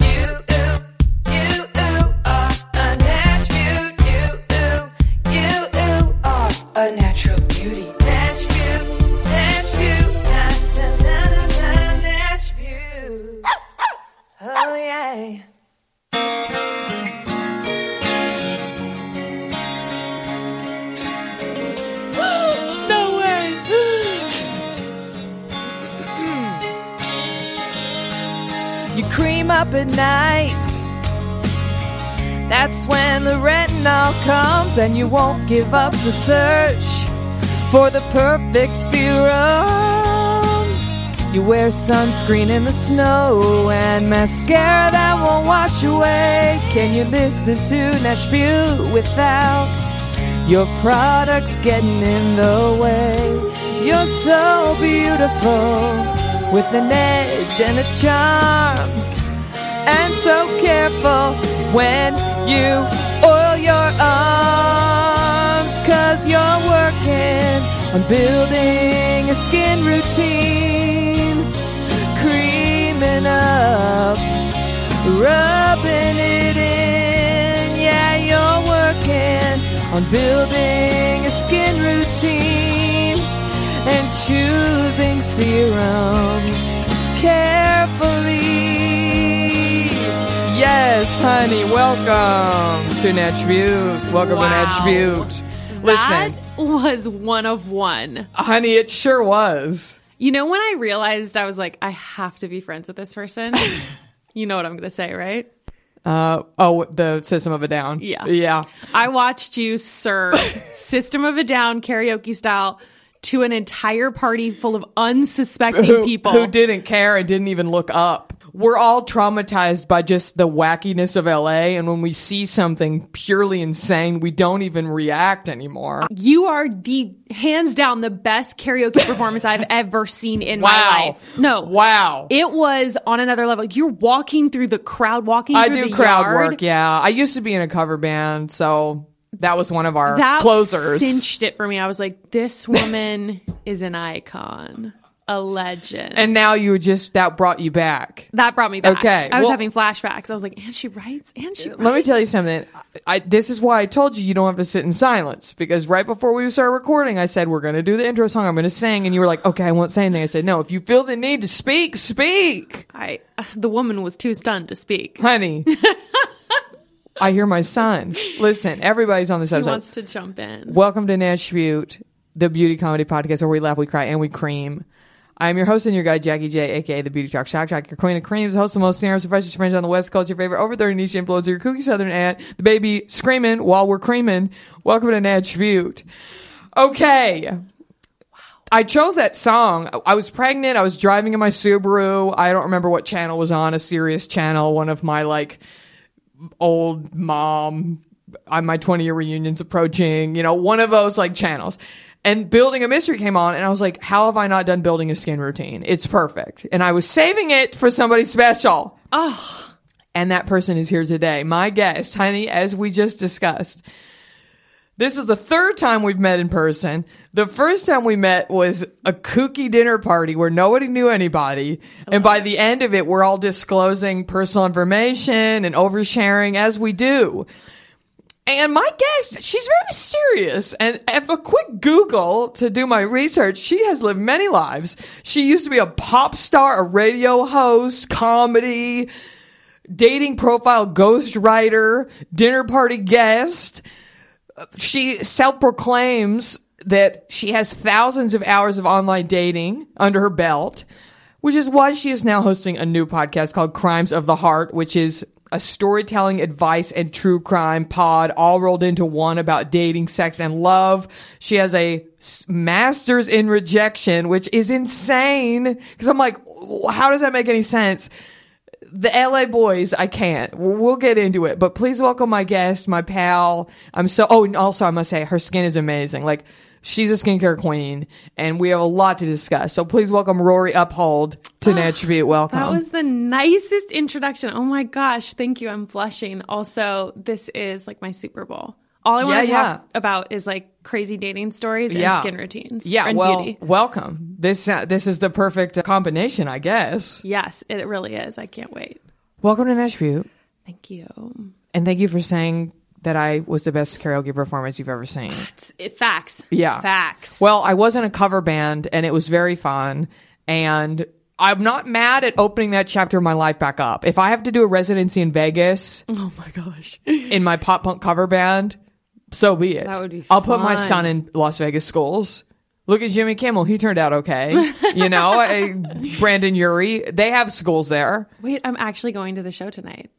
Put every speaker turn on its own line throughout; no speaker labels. You, ooh, you, ooh, are a natural beauty. You, ooh, you, ooh, are a natural beauty. Natural, natural, na, na, na, na, na, natural. Oh, yeah. No way! You cream up at night. That's when the retinol comes, and you won't give up the search for the perfect serum. You wear sunscreen in the snow and mascara that won't wash away. Can you listen to Nash Butte without your products getting in the way. You're so beautiful with an edge and a charm. And so careful when you oil your arms. Cause you're working on building a skin routine. Creaming up rubbing it in. Yeah, you're working on building a skin routine and choosing serums carefully. Yes, honey, welcome to Natribute. Welcome
Wow.
to Natribute. Listen,
That was one of one.
honey, it sure was.
You know, when I realized I was like, I have to be friends with this person, you know what I'm going to say, right?
Uh, oh, the System of a Down.
Yeah.
Yeah.
I watched you serve System of a Down karaoke style to an entire party full of unsuspecting
who,
people.
who didn't care and didn't even look up. We're all traumatized by just the wackiness of LA, and when we see something purely insane, we don't even react anymore.
You are the hands down the best karaoke performance I've ever seen in my
Wow.
life. No.
Wow.
It was on another level. You're walking through the crowd, walking
I
through
do
the
crowd
yard.
work, yeah. I used to be in a cover band, so that was one of our
that
closers.
cinched it for me. I was like, this woman is an icon, a legend.
and now you just, that brought you back.
that brought me back.
Okay,
I was
well-
having flashbacks. I was like, and she writes, and she writes.
Let me tell you something. I, this is why I told you you don't have to sit in silence because right before we started recording, I said we're going to do the intro song. I'm going to sing, and you were like, "Okay, I won't say anything." I said, "No, if you feel the need to speak, speak,
I, the woman was too stunned to speak.
honey." I hear my son. Listen, everybody's on this
He
episode.
wants to jump in.
Welcome to Nashbute, the beauty comedy podcast where we laugh, we cry, and we cream. I'm your host and your guy, Jackie J, aka the Beauty Talk Shock Jock, your queen of creams, host of the most serious freshest friends on the West Coast, your favorite over 30 niche influencer, your kooky southern aunt, the baby screaming while we're creaming. Welcome to Nashbute. Okay. I chose that song. I- I was pregnant. I was driving in my Subaru. I don't remember what channel was on, a serious channel, one of my like old mom on my 20 year reunions approaching, you know, one of those like channels. And building a mystery came on and I was like, how have I not done building a skin routine? It's perfect. And I was saving it for somebody special. Oh. And that person is here today. My guest, honey, as we just discussed. This is the third time we've met in person. The first time we met was a kooky dinner party where nobody knew anybody. And by the end of it, we're all disclosing personal information and oversharing as we do. And my guest, she's very mysterious. And if a quick Google to do my research, she has lived many lives. She used to be a pop star, a radio host, comedy, dating profile ghostwriter, dinner party guest. She self proclaims that she has thousands of hours of online dating under her belt, which is why she is now hosting a new podcast called Crimes of the Heart, which is a storytelling, advice, and true crime pod all rolled into one about dating, sex, and love. She has a s- master's in rejection, which is insane. Cause I'm like, w- how does that make any sense? the LA boys, I can't. We'll get into it, but please welcome my guest, my pal. I'm so. Oh, and also I must say, her skin is amazing. Like she's a skincare queen, and we have a lot to discuss. So please welcome Rory Uphold to Natribute. Welcome.
Ah, That was the nicest introduction. Oh my gosh, thank you. I'm blushing. Also, this is like my Super Bowl. All I want to
Yeah,
talk about is like crazy dating stories and
Yeah.
skin routines.
yeah.
and
Well,
beauty.
welcome. This uh, this is the perfect combination, I guess.
Yes, it really is. I can't wait.
Welcome to Natribute,
Thank you.
and thank you for saying that I was the best karaoke performance you've ever seen.
It's, it, facts.
Yeah.
Facts.
Well, I was in a cover band and it was very fun. And I'm not mad at opening that chapter of my life back up. If I have to do a residency in Vegas
oh my gosh.
in my pop punk cover band, so be it.
That would be
I'll put my
fun.
son in Las Vegas schools. Look at Jimmy Kimmel. He turned out okay. You know, I- Brandon Urie. They have schools there.
Wait, I'm actually going to the show tonight.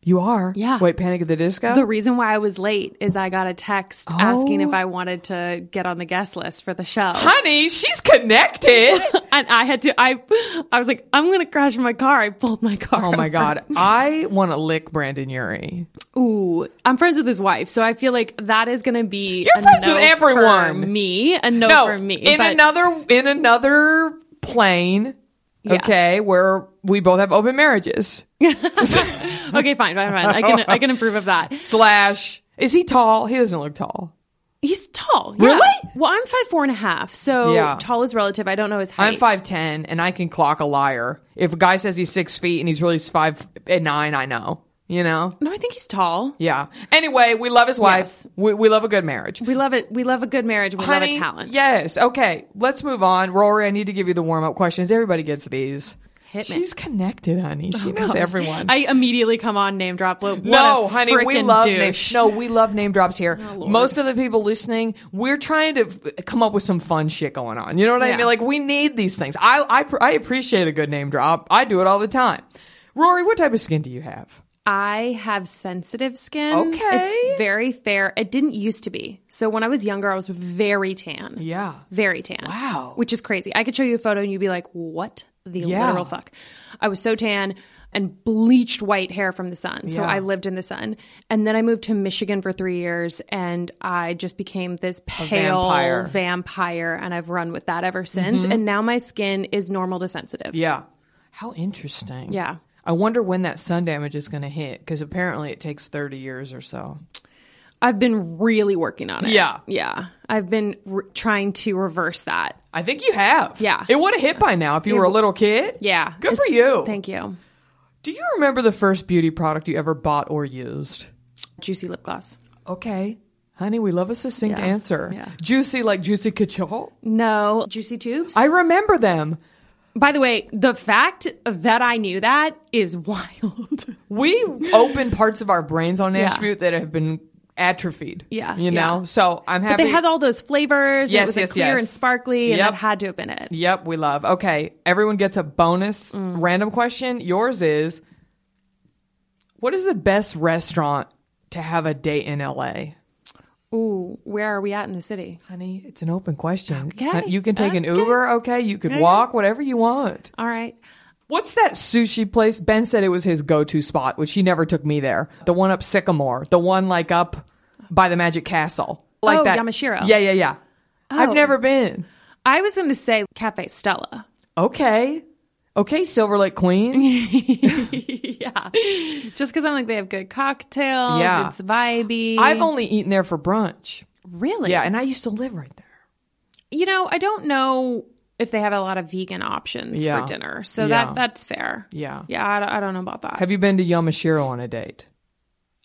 You are.
Yeah.
Wait, Panic at the Disco?
The reason why I was late is I got a text asking
Oh.
if I wanted to get on the guest list for the show.
Honey, she's connected.
And I had to I I was like, I'm gonna crash my car. I pulled my car.
oh my
over.
God. I want to lick Brandon Urie.
Ooh. I'm friends with his wife, so I feel like that is gonna be
You're
a
friends
no
with everyone.
For me, a no,
no,
for me.
In
but
another in another plane,
Yeah.
okay, where we both have open marriages.
Okay, fine, fine, fine. I can I can approve of that.
Slash is he tall? He doesn't look tall.
He's tall. yeah.
Really?
Well, I'm five four and a half, so
Yeah.
tall is relative. I don't know his height.
I'm five ten and I can clock a liar. If a guy says he's six feet and he's really five and nine, I know. You know?
No, I think he's tall.
Yeah. Anyway, we love his wife.
Yes.
We, we love a good marriage.
We love it. We love a good marriage. We love
Honey,
a talent.
Yes. Okay. Let's move on. Rory, I need to give you the warm up questions. Everybody gets these.
Hit me. Oh,
She's connected, honey. She knows everyone.
I immediately come on name drop. What
No,
a
honey, we
frickin'
love name,
douche. Oh,
no, we love name drops here. Most of the people listening, we're trying to f- come up with some fun shit going on. You know what I
Yeah.
mean? Like we need these things. I I pr- I appreciate a good name drop. I do it all the time. Rory, what type of skin do you have?
I have sensitive skin.
Okay.
It's very fair. It didn't used to be. So when I was younger, I was very tan.
Yeah.
Very tan.
Wow.
Which is crazy. I could show you a photo and you'd be like, what the
Yeah.
literal fuck? I was so tan and bleached white hair from the sun. So
Yeah.
I lived in the sun. And then I moved to Michigan for three years and I just became this pale
vampire. Mm-hmm.
vampire, and I've run with that ever since. And now my skin is normal to sensitive.
Yeah. How interesting.
Yeah.
I wonder when that sun damage is going to hit because apparently it takes 30 years or so.
I've been really working on it.
Yeah.
Yeah. I've been re- trying to reverse that.
I think you have.
Yeah.
It would have hit by now if you were a little kid.
Yeah.
Good for
It's-
you.
Thank you.
do you remember the first beauty product you ever bought or used?
Juicy lip gloss.
Okay. Honey, we love a succinct
Yeah,
answer.
yeah.
Juicy like Juicy Cajole.
No. Juicy tubes.
I remember them.
By the way, the fact that I knew that is wild.
We open parts of our brains on
Yeah.
attribute that have been atrophied.
Yeah,
You know?
yeah.
So I'm
But
happy.
they had all those flavors. and
Yes,
it was like,
yes,
clear
yes.
and sparkly, and
Yep.
that had to have been it.
yep, we love. Okay. Everyone gets a bonus
Mm.
random question. Yours is What is the best restaurant to have a date in LA?
Ooh, where are we at in the city?
Honey, it's an open question.
Okay.
You can take an
Okay.
Uber, okay? You can walk, whatever you want.
All right.
What's that sushi place? Ben said it was his go-to spot, which he never took me there. The one up Sycamore, the one like up by the Magic Castle, like
Oh,
that.
Yamashiro.
Yeah, yeah, yeah. I've
Oh.
never been.
I was going to say Cafe Stella.
Okay, okay, Silver Lake Queen.
yeah. Just because I'm like, they have good cocktails.
Yeah.
It's vibey.
I've only eaten there for brunch.
Really?
Yeah, and I used to live right there.
you know, I don't know if they have a lot of vegan options
Yeah.
for dinner. So
Yeah.
that that's fair.
Yeah.
Yeah, I, don't- I don't know about that.
Have you been to Yamashiro on a date?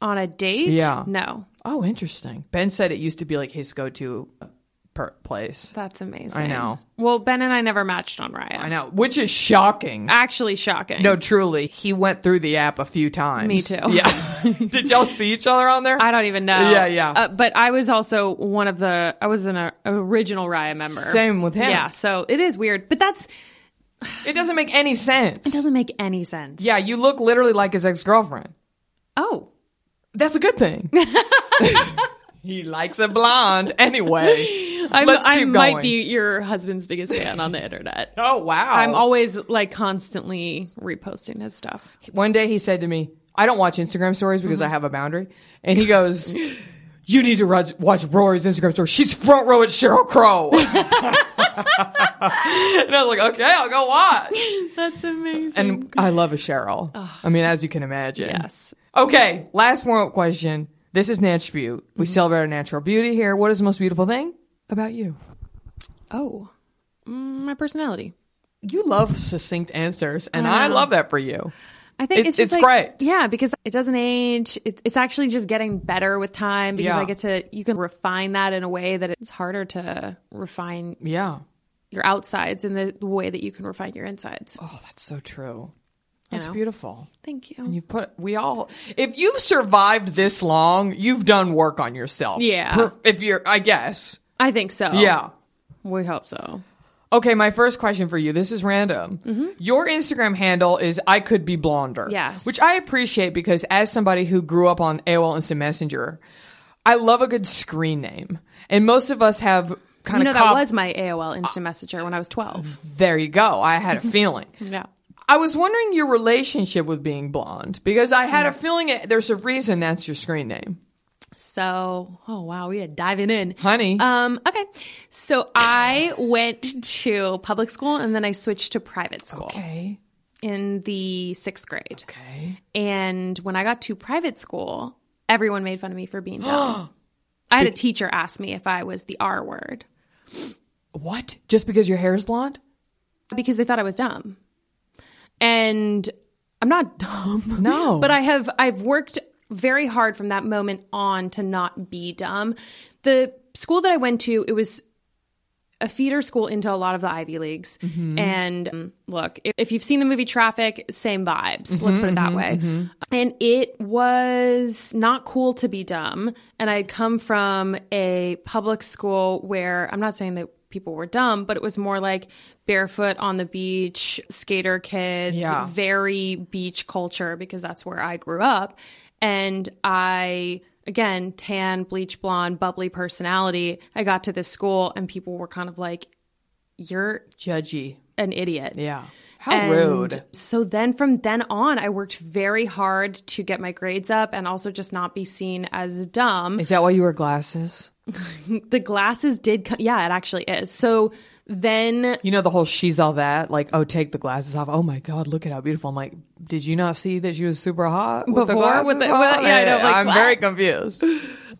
On a date?
Yeah.
No.
Oh, interesting. Ben said it used to be like his go-to uh, per- place.
That's amazing.
I know.
Well, Ben and I never matched on Raya.
I know, which is shocking.
Actually shocking.
No, truly, he went through the app a few times.
Me too.
Yeah. Did y'all see each other on there?
I don't even know.
Yeah, yeah.
Uh, but I was also one of the I was an uh, original Raya member.
Same with him.
Yeah, so it is weird, but that's
it doesn't make any sense.
doesn't make any sense.
yeah, you look literally like his ex girlfriend.
Oh,
That's a good thing. he likes a blonde anyway.
I'm,
Let's
I
keep
might
going.
be your husband's biggest fan on the internet.
Oh wow!
I'm always like constantly reposting his stuff.
One day he said to me, "I don't watch Instagram stories because
Mm-hmm.
I have a boundary," and he goes. You need to rog- watch Rory's Instagram story. She's front row at Cheryl Crow. and I was like, okay, I'll go watch.
That's amazing.
And I love a Cheryl. I mean, as you can imagine.
yes.
Okay, last warm up question. This is Natch Butte. We
Mm-hmm.
celebrate our natural beauty here. What is the most beautiful thing about you?
Oh, Mm, my personality.
You love succinct answers, and
I
I
know.
love that for you.
I think
It-
it's,
it's
just like-
great.
Yeah, because it doesn't age. It, it's actually just getting better with time because
Yeah.
I get to, you can refine that in a way that it's harder to refine
Yeah.
your outsides in the way that you can refine your insides.
Oh, that's so true. That's
know.
beautiful.
Thank you.
You put we all if you've survived this long, you've done work on yourself.
Yeah.
if you're I guess. Um,
I think so.
Yeah.
We hope so.
Okay, my first question for you. This is random. Your Instagram handle is I could be blonder.
Mm-hmm. Yes.
Which I appreciate because as somebody who grew up on AOL Instant Messenger, I love a good screen name. And most of us have kind
You know,
of
that
cop-
was my AOL Instant Messenger when I was 12.
there you go. I had a feeling.
Yeah.
I was wondering your relationship with being blonde because I had a
Mm-hmm.
feeling it, there's a reason that's your screen name.
So, oh wow, we are diving in.
Honey.
Um, okay. So I went to public school and then I switched to private school
Okay.
in the sixth grade.
Okay.
And when I got to private school, everyone made fun of me for being dumb. I had a teacher ask me if I was the R word
What? Just because your hair is blonde?
because they thought I was dumb. And I'm not dumb.
No.
But I have I've worked very hard from that moment on to not be dumb. The school that I went to, it was a feeder school into a lot of the Ivy Leagues. And um, look, if, if you've seen the movie Traffic, same vibes. let's put it that way. And it was not cool to be dumb. And I had come from a public school where I'm not saying that people were dumb, but it was more like barefoot on the beach, skater kids,
Yeah.
very beach culture because that's where I grew up. And I, again, tan, bleach blonde, bubbly personality. I got to this school and people were kind of like, you're
Judgy.
an idiot.
Yeah. How
And
rude.
So then from then on, I worked very hard to get my grades up and also just not be seen as dumb.
Is that why you wear glasses?
The glasses did come. Yeah, it actually is. So then
You know the whole she's all that, like, oh, take the glasses off. Oh my God, look at how beautiful. I'm like, did you not see that she was super hot with the
Before?
glasses
With the-
on?
well, yeah, I know, like,
I'm
what?
very confused.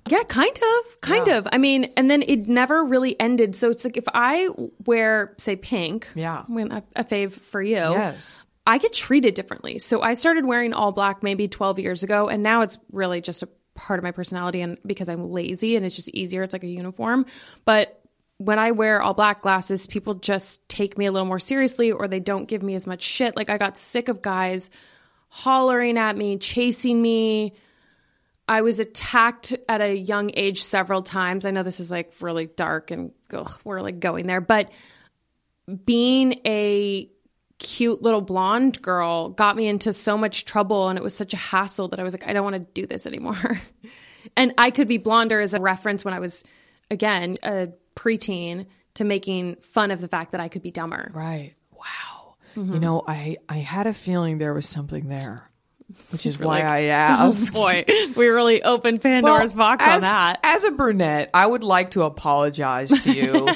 Yeah, kind of, kind of. I mean, and then it never really ended. So it's like if I wear, say, pink,
Yeah.
when a, a fave for you,
Yes.
I get treated differently. So I started wearing all black maybe 12 years ago, and now it's really just a part of my personality, and because I'm lazy and it's just easier, it's like a uniform. But when I wear all black glasses, people just take me a little more seriously, or they don't give me as much shit. Like I got sick of guys hollering at me, chasing me. I was attacked at a young age several times. I know this is like really dark and ugh, we're like going there, but being a cute little blonde girl got me into so much trouble and it was such a hassle that I was like, I don't want to do this anymore. and I could be blonder as a reference when I was, again, a preteen to making fun of the fact that I could be dumber.
Right. Wow.
Mm-hmm.
You know, I, I had a feeling there was something there, which is why I asked.
oh, Boy, we really opened
Well,
Pandora's box
as,
on that.
As a brunette, I would like to apologize to you.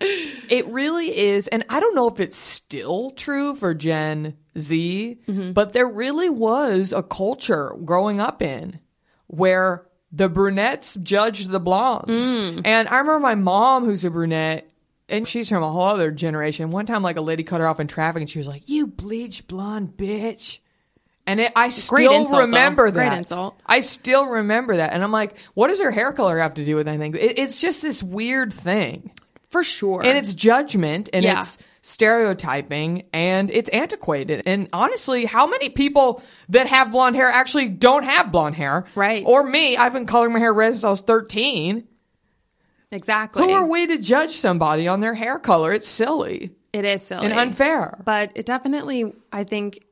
it really is, and I don't know if it's still true for Gen Z,
Mm-hmm.
but there really was a culture growing up in where the brunettes judged the blondes.
Mm.
And I remember my mom, who's a brunette, and she's from a whole other generation. One time, like a lady cut her off in traffic, and she was like, "You bleach blonde bitch." And it, I still
insult, though.
remember
Great
that.
insult.
I still remember that. And I'm like, what does her hair color have to do with anything? It, it's just this weird thing.
For sure.
And it's judgment and
Yeah.
it's stereotyping and it's antiquated. And honestly, how many people that have blonde hair actually don't have blonde hair?
Right.
Or me, I've been coloring my hair red since I was 13.
exactly.
Who are we to judge somebody on their hair color? It's silly
It is silly.
and unfair.
but it definitely i think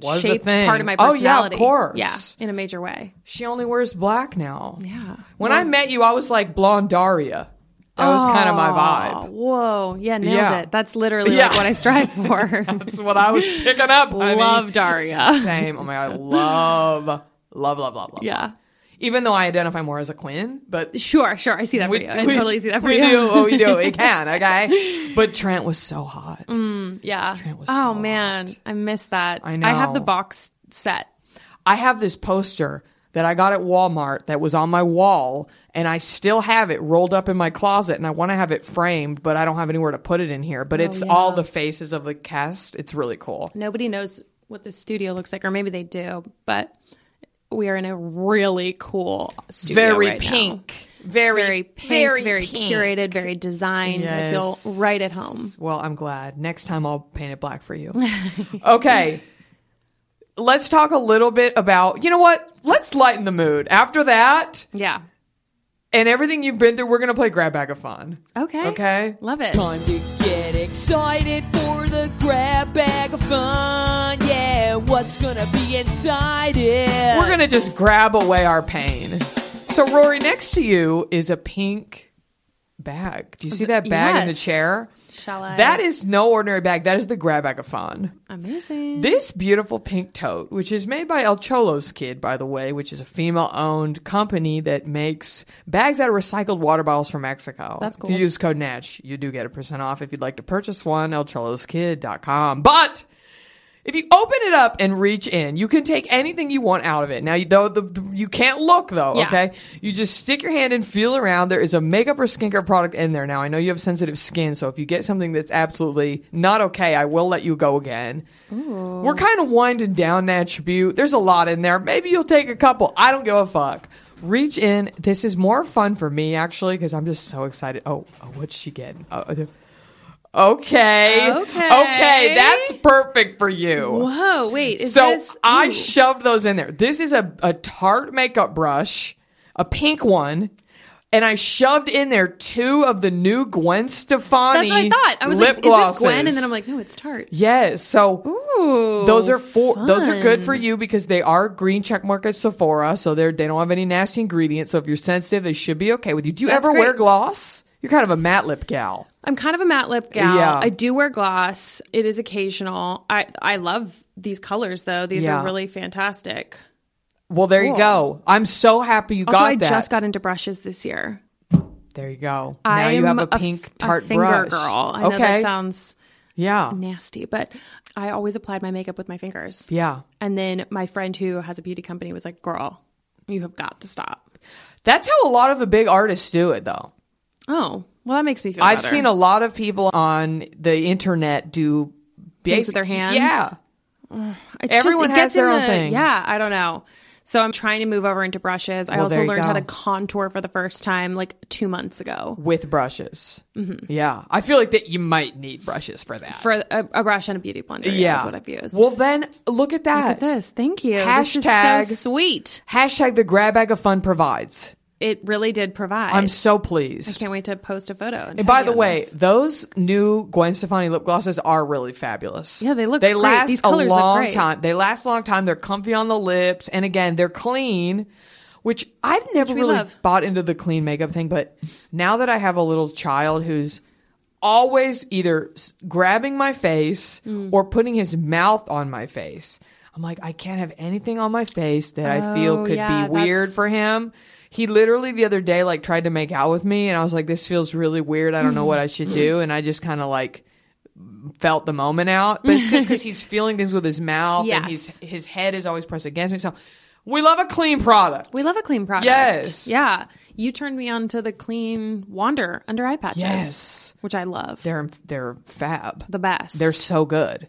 was
shaped
a thing.
part of my
Oh yeah,
personality.
of course.
Yeah, in a major way.
She only wears black now.
Yeah.
When I met you, I was like blonde Daria. That was kind of my
Oh,
vibe.
Whoa. Yeah, nailed
Yeah.
it. That's literally
Yeah.
like what I strive for.
That's what I was picking up. honey.
Love Daria.
Same. Oh my god, I love, love, love, love, love.
Yeah.
Even though I identify more as a Quinn, but
Sure, sure. I see that for you. I totally see that for
we
you.
do Oh, what we do. We can. Okay. But Trent was so hot.
Yeah.
was so
Oh man, I miss that.
I
I have
know.
the box set.
I have this poster that I got at Walmart that was on my wall, and I still have it rolled up in my closet, and I want to have it framed, but I don't have anywhere to put it in here.
Oh,
But it's all the faces of the cast. It's really cool.
Nobody knows what the studio looks like, or maybe they do, but we are in a really cool studio.
Very
right now.
pink.
It's
Very-
very pink,
very
very,
pink.
curated, very designed. I feel
Yes.
right at home.
Well, I'm glad. Next time I'll paint it black for you. okay. Let's talk a little bit about, you know what? Let's lighten the mood. After that
Yeah.
and everything you've been through, we're going to play Grab Bag of Fun.
Okay.
Okay.
Love it.
Time to get excited for the grab bag of fun. Yeah, what's gonna be inside it?
We're going to just grab away our pain. So, Rory, next to you is a pink bag. Do you see that bag in the
Yes.
chair?
Shall I?
That is no ordinary bag. That is the Grab Bag of Fun.
amazing.
This beautiful pink tote, which is made by El Cholo's Kid, by the way, which is a female owned company that makes bags out of recycled water bottles from Mexico.
That's
If
cool.
you use code NATCH, you do get a percent off if you'd like to purchase one, elcholoskid.com. But if you open it up and reach in, you can take anything you want out of it. Now, you, though, the, the- you can't look though.
Yeah.
Okay, you just stick your hand and feel around. There is a makeup or skincare product in there. Now, I know you have sensitive skin, so if you get something that's absolutely not okay, I will let you go again. We're kind of winding down that tribute. There's a lot in there. Maybe you'll take a couple. I don't give a fuck. Reach in. This is more fun for me actually because I'm just so excited. Oh, oh what's she getting? Oh, okay. Okay. Okay. That's perfect for you.
Whoa, wait. Is
So
this
I
ooh.
shoved those in there. This is a, a Tarte makeup brush, a pink one, and I shoved in there two of the new Gwen Stefani.
That's what I thought. I was
lip
like, is
glosses.
this Gwen? And then I'm like, no, it's Tart.
yes. So
Ooh.
those are for those are good
fun.
for you because they are green check mark at Sephora, so they're they don't have any nasty ingredients. So if you're sensitive, they should be okay with you. Do you
That's
ever wear
great.
gloss? You're kind of a matte lip gal.
I'm kind of a matte lip gal.
Yeah.
I do wear gloss. It is occasional. I I love these colors though. These
Yeah.
are really fantastic.
Well, there you go. I'm so happy you
Also,
got
I
that.
just got into brushes this year.
there you go. now
I'm
you have a
f-
pink
a
tart
finger
brush.
girl. I know
okay.
that sounds
yeah.
nasty, but I always applied my makeup with my fingers.
Yeah.
And then my friend who has a beauty company was like, "Girl, you have got to stop."
That's how a lot of the big artists do it, though.
Oh, well, that makes me feel.
I've
better.
seen a lot of people on the internet do
Things
basi-
with their hands?
Yeah.
It's
Everyone
it
has
gets in
their own
the-
thing.
Yeah, I don't know. So I'm trying to move over into brushes. I also
there you
learned how
go.
to contour for the first time like two months ago
With brushes. Yeah. I feel like that you might need brushes for that.
Mm-hmm. for a, a brush and a beauty blender. Yeah,
yeah.
is what I've used.
Well, then look at that.
Look at this. Thank you.
Hashtag-
This is so sweet.
Hashtag the grab bag of fun provides.
It really did provide.
I'm so pleased.
I can't wait to post a photo.
And by the way, those new Gwen Stefani lip glosses are really fabulous.
Yeah, they look
They
great.
last
These
a
colors look
long
great.
time. They last a long time. They're comfy on the lips, and again, they're clean, which I've never
we
really
love.
bought into the clean makeup thing. But now that I have a little child who's always either s- grabbing my face
Hmm.
or putting his mouth on my face, I'm like, I can't have anything on my face that I feel
Oh,
could
yeah,
be weird
that's-
for him. He literally the other day like tried to make out with me and I was like this feels really weird. I don't know what I should do and I just kind of like felt the moment out. But it's just cuz he's feeling things with his mouth and he's
Yes.
his head is always pressed against me. So we love a clean product.
we love a clean product.
Yes.
Yeah. You turned me on to the clean Wander under eye patches.
Yes.
Which I love.
they're they're fab.
the best.
They're so good.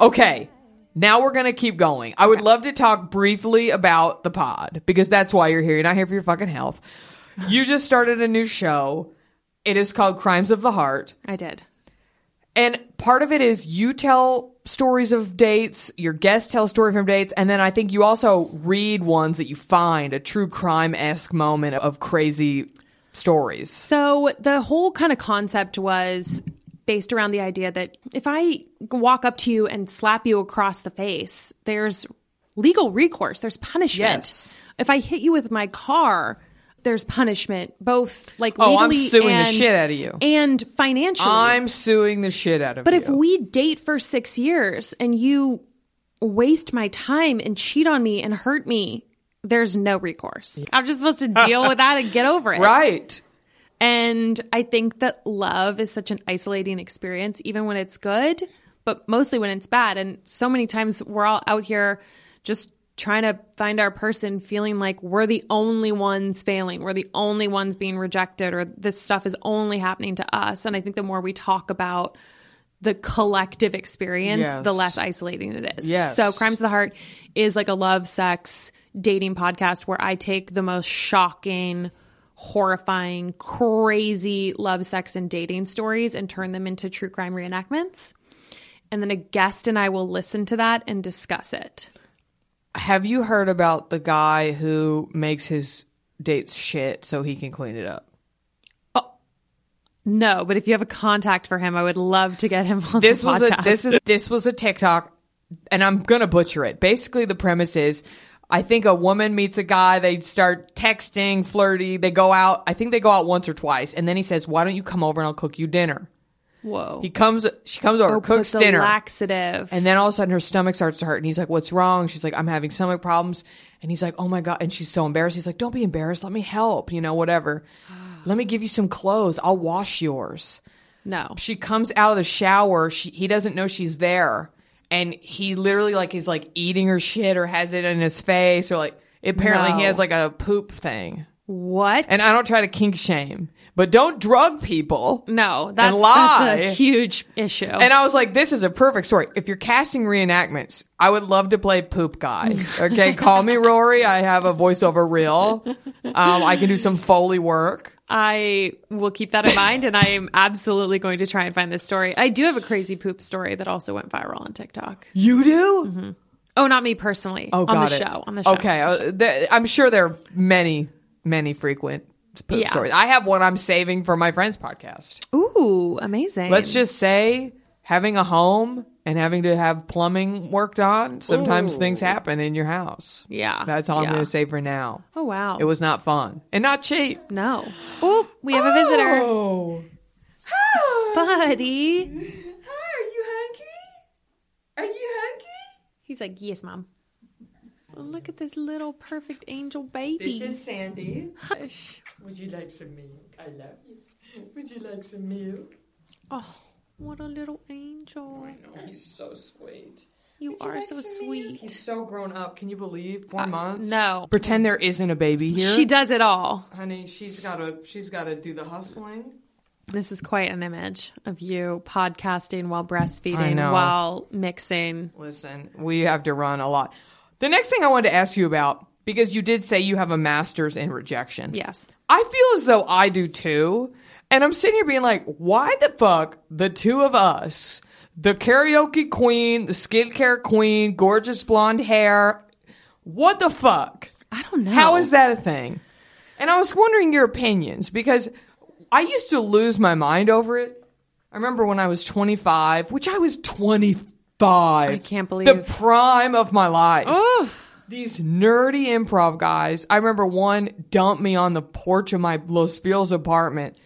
Okay. Now we're going to keep going. I would love to talk briefly about the pod because that's why you're here. You're not here for your fucking health. You just started a new show. It is called Crimes of the Heart.
I did.
And part of it is you tell stories of dates, your guests tell a story from dates, and then I think you also read ones that you find a true crime esque moment of crazy stories.
So the whole kind of concept was based around the idea that if I walk up to you and slap you across the face, there's legal recourse, there's punishment.
Yes.
If I hit you with my car, there's punishment, both like
Oh, I'm
legally
suing the
and-
shit out of you.
and financially.
I'm suing the shit out of
But
you.
if we date for six years and you waste my time and cheat on me and hurt me, there's no recourse. I'm just supposed to deal with that and get over it.
Right.
And I think that love is such an isolating experience, even when it's good, but mostly when it's bad. And so many times we're all out here just trying to find our person, feeling like we're the only ones failing, we're the only ones being rejected, or this stuff is only happening to us. And I think the more we talk about the collective experience,
Yes.
the less isolating it is.
Yes.
So, Crimes of the Heart is like a love, sex, dating podcast where I take the most shocking, horrifying, crazy love, sex, and dating stories and turn them into true crime reenactments. And then a guest and I will listen to that and discuss it.
Have you heard about the guy who makes his dates shit so he can clean it up?
No, but if you have a contact for him, I would love to get him on
This
the
was a
podcast.
this is this was a TikTok and I'm going to butcher it. Basically the premise is I think a woman meets a guy, they start texting, flirty, they go out. I think they go out once or twice and then he says, "Why don't you come over and I'll cook you dinner?"
Whoa.
He comes she comes over,
Oh, put
cooks
the
dinner.
laxative.
And then all of a sudden her stomach starts to hurt and he's like, What's wrong? She's like, I'm having stomach problems. And he's like, Oh my God. And she's so embarrassed. He's like, Don't be embarrassed. Let me help, you know, whatever. Let me give you some clothes. I'll wash yours.
no.
She comes out of the shower. She, he doesn't know she's there. And he literally like is like eating her shit or has it in his face or like apparently he
No.
has like a poop thing.
What?
And I don't try to kink shame, but don't drug people.
No, that's,
lie.
that's a huge issue.
And I was like, this is a perfect story. If you're casting reenactments, I would love to play Poop Guy. Okay, call me Rory. I have a voiceover reel. Um, I can do some Foley work.
I will keep that in mind, and I am absolutely going to try and find this story. I do have a crazy poop story that also went viral on TikTok.
You do?
Oh, not me personally.
Oh,
on
got
the
it.
show. On the show.
Okay, uh, th- I'm sure there are many, many frequent poop
Yeah.
stories. I have one I'm saving for my friend's podcast.
Ooh, amazing.
Let's just say having a home and having to have plumbing worked on, sometimes things happen in your house.
Yeah,
That's all
yeah.
I'm going to say for now.
Oh wow.
It was not fun and not cheap.
no. Ooh, we have a visitor,
Oh.
buddy.
Are you hungry? Are you hungry?
He's like, yes, mom. Oh, look at this little perfect angel baby.
Sandy.
Hush.
Would you like some milk? I love you. Would you like some milk?
Oh, what a little angel.
He's so sweet.
You are so sweet.
He's so grown up. Can you believe four months?
Uh, no.
Pretend there isn't a baby here.
She does it all.
Honey, she's gotta. She's gotta do the hustling.
This is quite an image of you podcasting while breastfeeding,
know.
while mixing.
Listen, we have to run a lot. The next thing I wanted to ask you about because you did say you have a master's in rejection.
Yes.
I feel as though I do too. And I'm sitting here being like, why the fuck the two of us, the karaoke queen, the skincare queen, gorgeous blonde hair, what the fuck?
I don't know.
How is that a thing? And I was wondering your opinions because I used to lose my mind over it. I remember when I was 25, which I was 25. I
can't
the
believe-
prime of my life. These nerdy improv guys. I remember one dumped me on the porch of my Los Feliz apartment,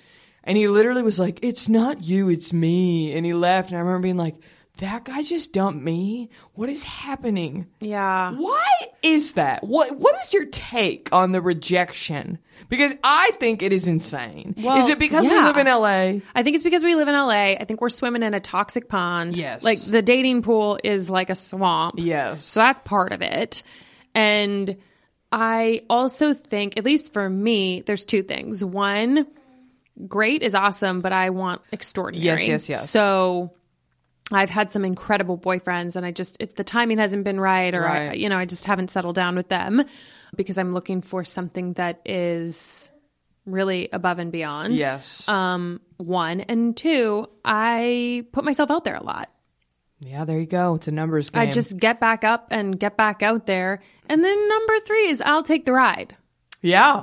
and he literally was like, "It's not you, it's me," and he left. And I remember being like, "That guy just dumped me. What is happening?"
Yeah.
Why is that? What What is your take on the rejection? Because I think it is insane.
Well,
is it because we
yeah. Um,
live in LA?
I think it's because we live in LA. I think we're swimming in a toxic pond.
Yes.
Like the dating pool is like a swamp.
Yes.
So that's part of it. And I also think, at least for me, there's two things. One, great is awesome, but I want extraordinary.
Yes, yes, yes.
So I've had some incredible boyfriends, and I just it, the timing hasn't been right, or I,
Right.
you know, I just haven't settled down with them because I'm looking for something that is really above and beyond
Yes.
one and two i put myself out there a lot
yeah, there you go. It's a numbers game.
i just get back up and get back out there and then number three is i'll take the ride
Yeah.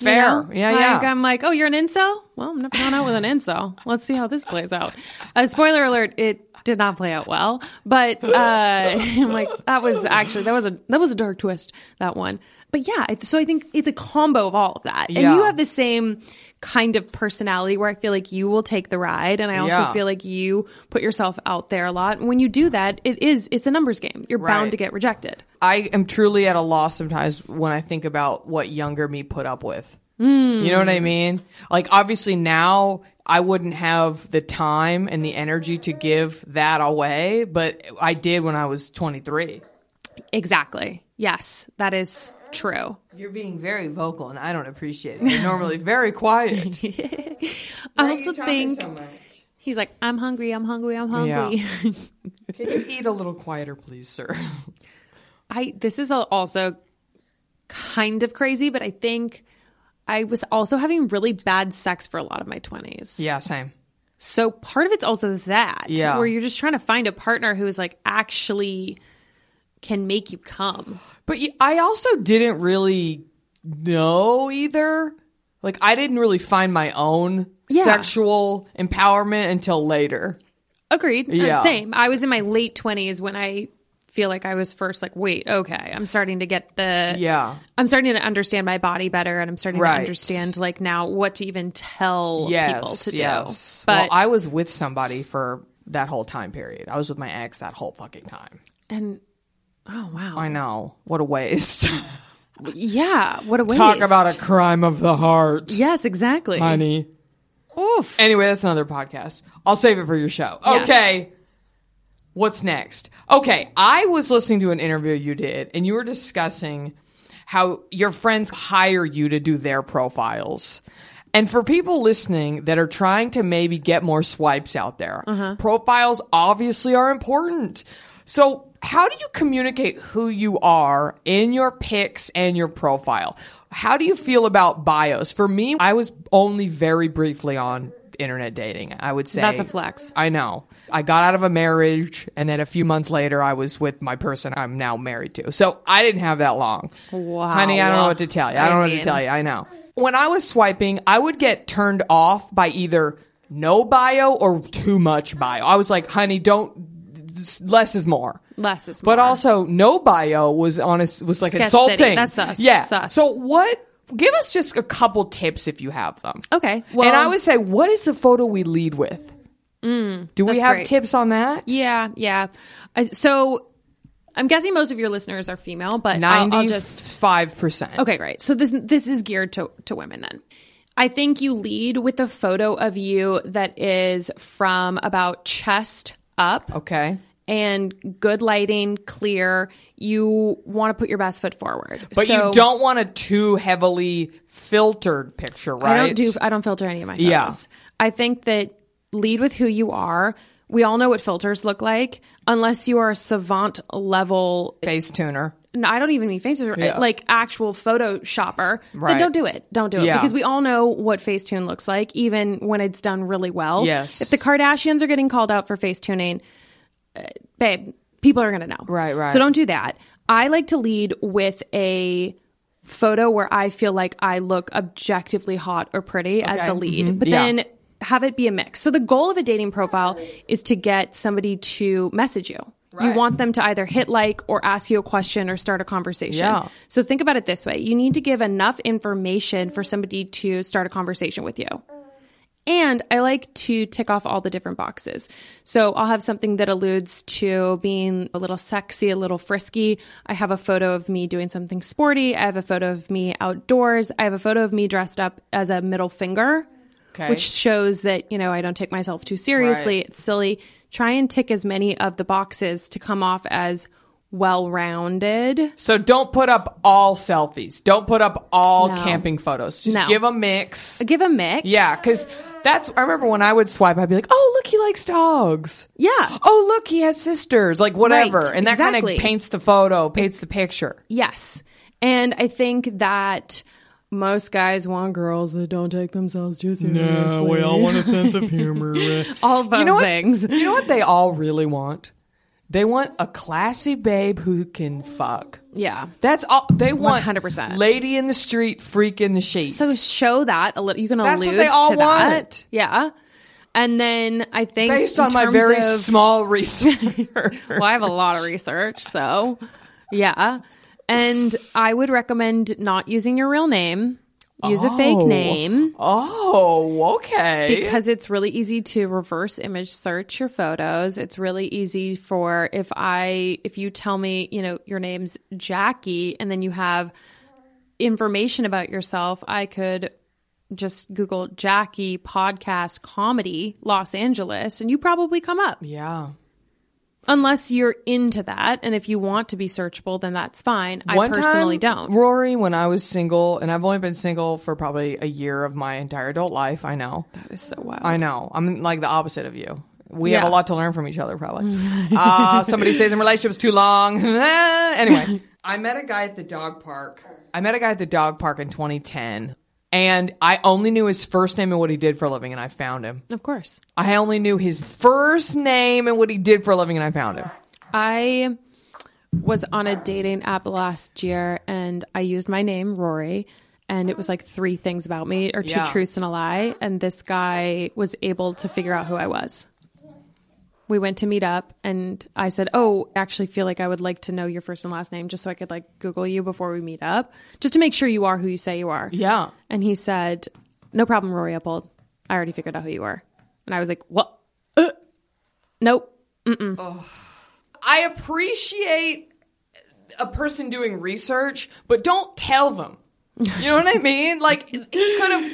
you
Fair.
know?
Yeah,
Like,
yeah.
i'm like oh you're an incel well i'm not going out with an incel let's see how this plays out uh, spoiler alert it did not play out well but uh i'm like that was actually that was a that was a dark twist that one but yeah I- so i think it's a combo of all of that and
Yeah.
you have the same kind of personality where i feel like you will take the ride and i also
Yeah.
feel like you put yourself out there a lot and when you do that it is it's a numbers game you're
Right.
bound to get rejected
I am truly at a loss sometimes when I think about what younger me put up with. You know what I mean? Like, obviously, now I wouldn't have the time and the energy to give that away, but I did when I was 23.
exactly yes that is true
You're being very vocal, and I don't appreciate it. You're normally very quiet.
I also think he's like, I'm hungry, I'm hungry, I'm hungry.
Can you eat a little quieter, please, sir?
I this is al- also kind of crazy, but I think I was also having really bad sex for a lot of my twenties.
Yeah, same.
So part of it's also that
Yeah.
where you're just trying to find a partner who is like actually can make you come.
But y- I also didn't really know either. Like I didn't really find my own
Yeah.
sexual empowerment until later.
Agreed. Uh,
Yeah.
same. I was in my late twenties when I feel like I was first like, wait, okay, I'm starting to get the
Yeah.
I'm starting to understand my body better and I'm starting
Right.
to understand like now what to even tell
Yes.
people to
yes.
do. But
well, I was with somebody for that whole time period. I was with my ex that whole fucking time.
and oh wow.
I know. What a waste.
Yeah, what a waste.
Talk about a crime of the heart,
Yes, exactly.
honey. Oof. Anyway, that's another podcast. I'll save it for your show.
Yes.
Okay. What's next? Okay, I was listening to an interview you did, and you were discussing how your friends hire you to do their profiles. And for people listening that are trying to maybe get more swipes out there,
Uh-huh.
profiles obviously are important. So, how do you communicate who you are in your pics and your profile? How do you feel about bios? For me, I was only very briefly on internet dating, I would say.
That's a flex.
I know. I got out of a marriage, and then a few months later, I was with my person I'm now married to. So I didn't have that long.
Wow.
Honey, I don't know what to tell you. I
I
don't know what to
mean-
tell you. I know. When I was swiping, I would get turned off by either no bio or too much bio. I was like, honey, don't, less is more.
Less is
But
more.
also, no bio was honest, was like
Sketch
insulting.
City. That's us.
Yeah.
Sus.
So what? Give us just a couple tips if you have them.
Okay. Well,
and I would say, what is the photo we lead with? Do we
that's
have
great.
tips on that?
Yeah, yeah. I, so I'm guessing most of your listeners are female, but I'll, I'll just
Ninety-five percent.
Okay, great. So this this is geared to to women then. I think you lead with a photo of you that is from about chest up.
Okay.
and good lighting, clear. You want to put your best foot forward,
But
So
you don't want a too heavily filtered picture, right?
I don't do. I don't filter any of my photos.
Yeah.
I think that lead with who you are. We all know what filters look like, unless you are a savant level.
face tuner.
No, I don't even mean face tuner,
Yeah.
like actual Photoshopper.
Right.
Then don't do it. Don't do it
Yeah.
because we all know what Facetune looks like, even when it's done really well.
Yes.
If the Kardashians are getting called out for Facetuning, babe, people are going to know.
Right, right.
So don't do that. I like to lead with a photo where I feel like I look objectively hot or pretty as the lead, but
Mm-hmm. Yeah.
then have it be a mix. So the goal of a dating profile is to get somebody to message you. You want them to either hit like or ask you a question or start a conversation.
Yeah.
So think about it this way. You need to give enough information for somebody to start a conversation with you And I like to tick off all the different boxes. So I'll have something that alludes to being a little sexy, a little frisky. I have a photo of me doing something sporty. I have a photo of me outdoors. I have a photo of me dressed up as a middle finger,
Okay.
which shows that, you know, I don't take myself too seriously.
Right.
It's silly. Try and tick as many of the boxes to come off as well rounded.
So don't put up all selfies. Don't put up all
No.
camping photos. Just
No.
give a mix.
Give a mix.
Yeah, because that's. I remember when I would swipe, I'd be like, "Oh, look, he likes dogs."
Yeah.
Oh, look, he has sisters. Like whatever,
Right,
and that kind
exactly.
of paints the photo, paints the picture.
Yes. And I think that most guys want girls that don't take themselves too seriously. No, Uh, we all want a sense of humor. all of those
know what-
things.
You know what they all really want? They want a classy babe who can fuck.
Yeah.
That's all they want.
100%.
Lady in the street, freak in the sheets.
So show that a little. You can
That's what
allude
they all
to that.
want.
Yeah. And then I think
based
in
on my
terms
very
of-
small research.
well, I have a lot of research, so yeah. And I would recommend not using your real name. Use a fake name.
oh, okay.
because it's really easy to reverse image search your photos it's really easy for if i if you tell me you know your name's jackie and then you have information about yourself i could just google jackie podcast comedy los angeles and you probably come up
yeah.
unless you're into that and if you want to be searchable then that's fine i personally
time,
don't
Rory, when I was single, and I've only been single for probably a year of my entire adult life, I know.
that is so wild
I know. I'm like the opposite of you. We have
Yeah.
a lot to learn from each other, probably. uh, somebody stays in relationships too long. Eh, anyway, I met a guy at the dog park. I met a guy at the dog park in 2010, and I only knew his first name and what he did for a living, and I found him.
of course
I only knew his first name and what he did for a living, and I found him.
I was on a dating app last year and I used my name, Rory, and it was like three things about me or two
Yeah.
truths and a lie. And this guy was able to figure out who I was. We went to meet up and I said, Oh, I actually feel like I would like to know your first and last name just so I could like Google you before we meet up, just to make sure you are who you say you are.
Yeah.
And he said, No problem, Rory Uphold. I already figured out who you are. And I was like, What? Uh, nope.
I appreciate a person doing research, but don't tell them. You know what I mean? Like he could have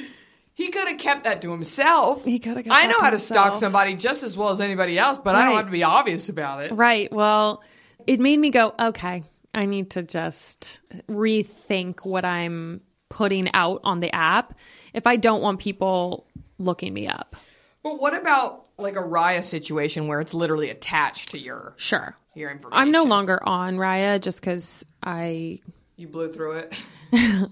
he could have kept that to himself. He
coulda kept
I
that
know
to
how to stalk
himself.
somebody just as well as anybody else, but I don't
Right.
have to be obvious about it.
Right. Well, it made me go, okay, I need to just rethink what I'm putting out on the app if I don't want people looking me up.
But what about like a Raya situation where it's literally attached to your
Sure.
your information?
I'm no longer on Raya just because I
You blew through it.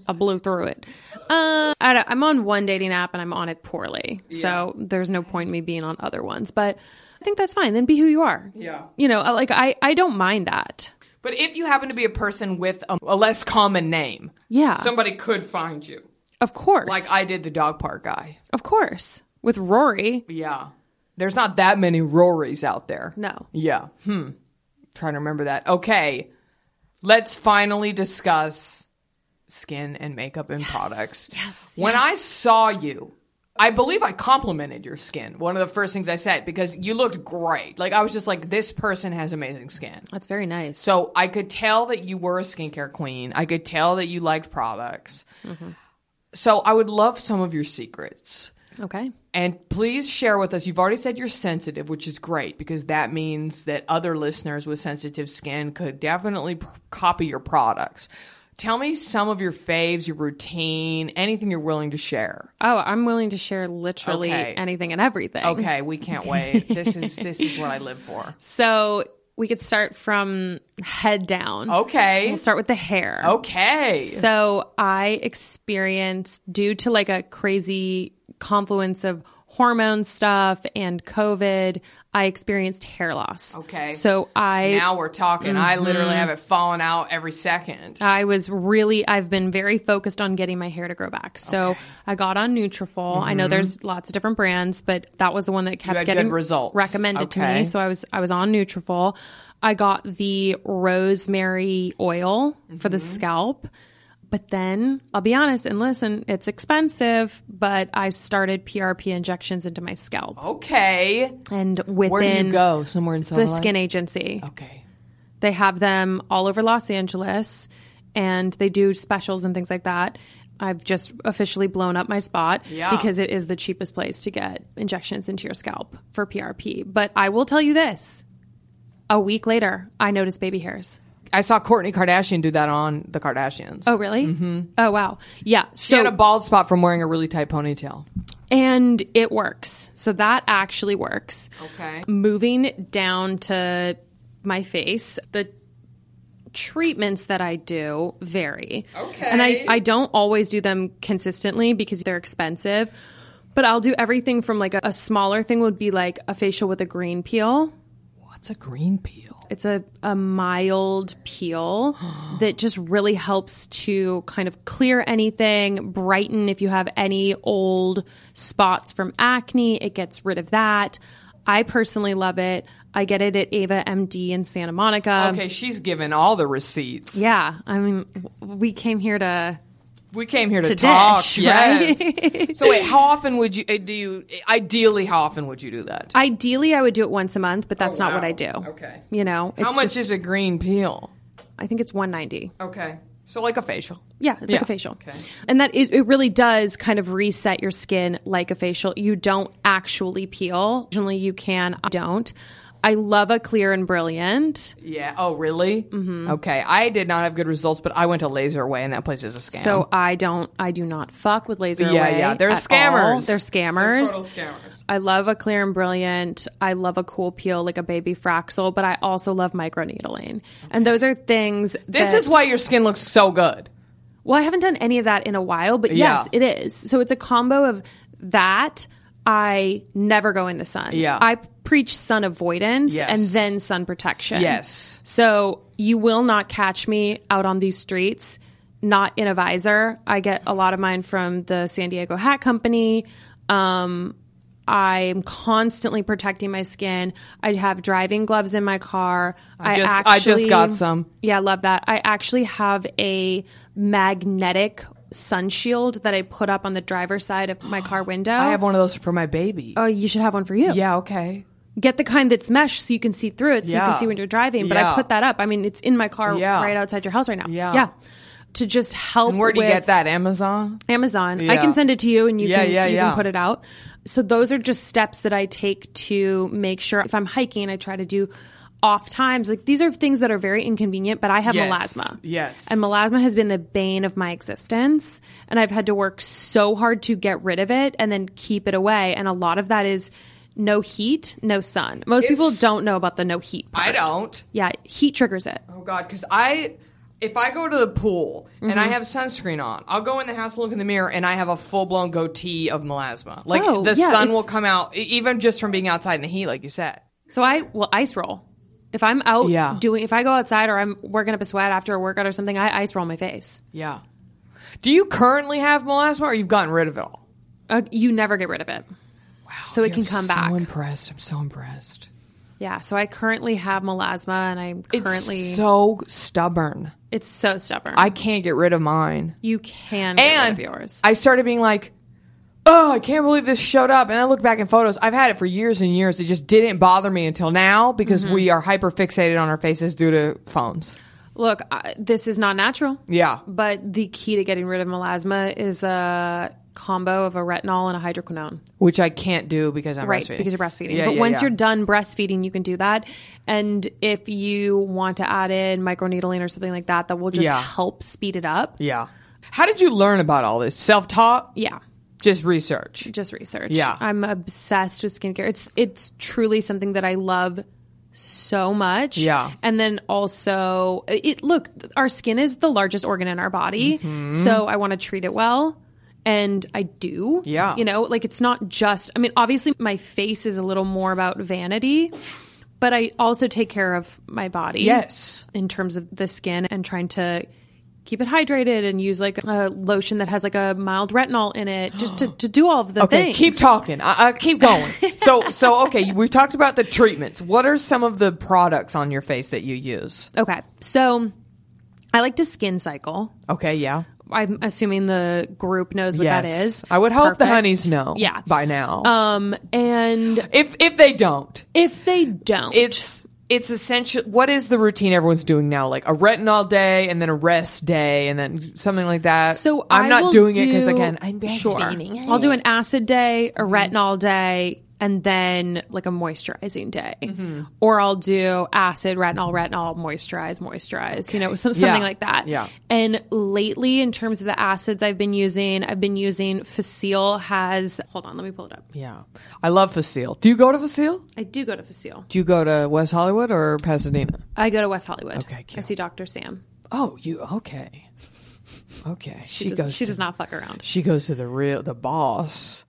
I blew through it. Uh, I don't- I'm on one dating app and I'm on it poorly. So there's no point in me being on other ones. But I think that's fine. Then be who you are.
Yeah.
You know, like I, I don't mind that.
But if you happen to be a person with a, a less common name,
Yeah.
somebody could find you.
Of course.
Like I did the dog park guy.
Of course. With Rory.
Yeah. There's not that many Rorys out there.
No.
Yeah. Hmm. Trying to remember that. Okay. Let's finally discuss skin and makeup and products. Yes. When I saw you, I believe I complimented your skin. One of the first things I said because you looked great. Like I was just like this person has amazing skin.
That's very nice.
So I could tell that you were a skincare queen. I could tell that you liked products. So I would love some of your secrets.
Okay.
And please share with us. You've already said you're sensitive, which is great because that means that other listeners with sensitive skin could definitely p- copy your products. Tell me some of your faves, your routine, anything you're willing to share.
Oh, I'm willing to share literally
Okay.
anything and everything.
Okay, we can't wait. this is this is what I live for.
So we could start from head down.
Okay.
We'll start with the hair.
Okay.
So I experienced, due to like a crazy confluence of hormone stuff and COVID, I experienced hair loss.
Okay.
So I Mm-hmm.
now we're talking. I literally have it falling out every second.
I was really I've been very focused on getting my hair to grow back. So I got on Nutrafol. I know there's lots of different brands, but that was the one that kept
had
getting
good results.
recommended to
Okay.
me. So I was I was on Nutrafol. I got the rosemary oil for the scalp. But then I'll be honest and listen, it's expensive, but I started PRP injections into my scalp.
Okay.
And within
Where do you go? Somewhere in Salt
the
Lake?
skin agency.
Okay.
They have them all over Los Angeles and they do specials and things like that. I've just officially blown up my spot because it is the cheapest place to get injections into your scalp for PRP. But I will tell you this a week later, I noticed baby hairs.
I saw Courtney Kardashian do that on The Kardashians.
Oh, really? Mm-hmm. Oh, wow. Yeah.
She had a bald spot from wearing a really tight ponytail.
and it works. So that actually works.
Okay.
Moving down to my face, the treatments that I do vary. Okay. And I, I don't always do them consistently because they're expensive. But I'll do everything from like a, a smaller thing would be like a facial with a green peel.
What's a green peel?
It's a, a mild peel that just really helps to kind of clear anything, brighten if you have any old spots from acne, it gets rid of that. I personally love it. I get it at Ava MD in Santa Monica.
Um, Okay, she's given all the receipts.
Yeah, I mean, w- we came here to.
We came here to,
To
talk.
dish,
yes.
right?
so wait, how often would you uh, do you ideally how often would you do that?
Ideally, I would do it once a month, but that's not what
Oh, wow.
I do.
Okay.
you know, it's
how much
just-
is a green peel?
I think it's one ninety.
Okay. So like a facial.
Yeah, it's like
Yeah.
a facial.
Okay.
And that it, it really does kind of reset your skin like a facial. You don't actually peel. Generally, you can. I don't. I love a clear and brilliant.
Yeah. Oh, really? Mm-hmm. Okay. I did not have good results, but I went to Laser Away, and that place is a scam.
So I don't. I do not fuck with laser.
Yeah,
away
yeah. They're
at
scammers.
all. They're scammers.
Total scammers.
I love a clear and brilliant. I love a cool peel like a baby Fraxel, but I also love microneedling. And those are things.
This
that-
is why your skin looks so good.
Well, I haven't done any of that in a while, but
Yeah.
yes, it is. So it's a combo of that. I never go in the sun.
Yeah.
I preach sun avoidance
Yes.
and then sun protection.
Yes.
So you will not catch me out on these streets, not in a visor. I get a lot of mine from the San Diego Hat Company. Um, I'm constantly protecting my skin. I have driving gloves in my car. I,
just-
actually,
I just got some.
yeah, I love that. I actually have a magnetic sun shield that I put up on the driver's side of my car window.
I have one of those for my baby.
Oh, you should have one for you.
yeah. Okay.
Get the kind that's mesh so you can see through it so you
Yeah.
can see when you're driving. But
Yeah.
I put that up. I mean, it's in my car
Yeah.
right outside your house right now.
Yeah.
Yeah. To just help
And where do you
with
get that? Amazon.
Amazon. I
Yeah.
can send it to you and you
Yeah,
can
yeah,
you
yeah.
can put it out. So those are just steps that I take to make sure if I'm hiking I try to do off times. Like these are things that are very inconvenient, but I have
Yes,
melasma.
yes.
And melasma has been the bane of my existence and I've had to work so hard to get rid of it and then keep it away and a lot of that is no heat, no sun. Most people don't know about the no heat part.
I don't.
Yeah, heat triggers it.
Oh God, because I, if I go to the pool and
Mm-hmm.
I have sunscreen on, I'll go in the house, look in the mirror, and I have a full blown goatee of melasma. Like
Oh,
the
yeah,
sun
it's-
will come out, e- even just from being outside in the heat, like you said.
So I will ice roll. If I'm out
Yeah.
doing, if I go outside or I'm working up a sweat after a workout or something, I ice roll my face.
Yeah. Do you currently have melasma, or you've gotten rid of it all?
Uh, you never get rid of it. Wow. So it can come back.
So impressed. I'm so impressed.
yeah. So I currently have melasma and I'm currently, it's so,
so stubborn.
stubborn.
I can't get rid of mine.
you can get
and
rid of yours.
I started being like, "Oh, I can't believe this showed up." And I look back in photos. I've had it for years and years. It just didn't bother me until now because we
Mm-hmm.
are hyper fixated on our faces due to phones.
Look, I, this is not natural.
Yeah.
But the key to getting rid of melasma is a combo of a retinol and a hydroquinone.
Which I can't do because I'm
Right,
breastfeeding.
because you're breastfeeding.
Yeah,
but
yeah,
once
yeah.
you're done breastfeeding, you can do that. And if you want to add in microneedling or something like that, that will just
Yeah.
help speed it up.
yeah. How did you learn about all this? Self taught?
Yeah.
Just research.
Just research.
Yeah.
I'm obsessed with skincare. It's it's truly something that I love so much.
Yeah.
And then also it look, our skin is the largest organ in our body.
Mm-hmm.
So I want to treat it well. And I do.
Yeah.
You know, like it's not just I mean, obviously my face is a little more about vanity, but I also take care of my body.
Yes.
In terms of the skin and trying to keep it hydrated and use like a lotion that has like a mild retinol in it just to, to do all of the
Okay,
things.
keep talking. I, I keep going. so, so okay, we've talked about the treatments. What are some of the products on your face that you use?
Okay. So I like to skin cycle.
Okay, yeah.
I'm assuming the group knows what
yes.
that is.
I would hope the
Perfect.
honeys know.
Yeah.
By now.
Um, and
if if they don't,
if they don't,
it's it's essential. What is the routine everyone's doing now? Like a retinol day, and then a rest day, and then something like that.
so
I'm
I
not
will
doing it because
do-
again, I'm breastfeeding.
I'll do an acid day, a
Mm-hmm.
retinol day, and then like a moisturizing day,
Mm-hmm.
or I'll do acid, retinol, retinol, moisturize, moisturize. You know, some, something
Yeah.
like that.
Yeah.
And lately, in terms of the acids I've been using, I've been using Facile. Has hold on, let me pull it up.
Yeah, I love Facile. Do you go to Facile?
I do go to Facile.
Do you go to West Hollywood or Pasadena?
I go to West Hollywood.
Okay, cute.
I see Dr. Sam.
Oh, you okay? Okay, she,
She, does,
goes.
she
to,
does not fuck around.
She goes to the real the boss.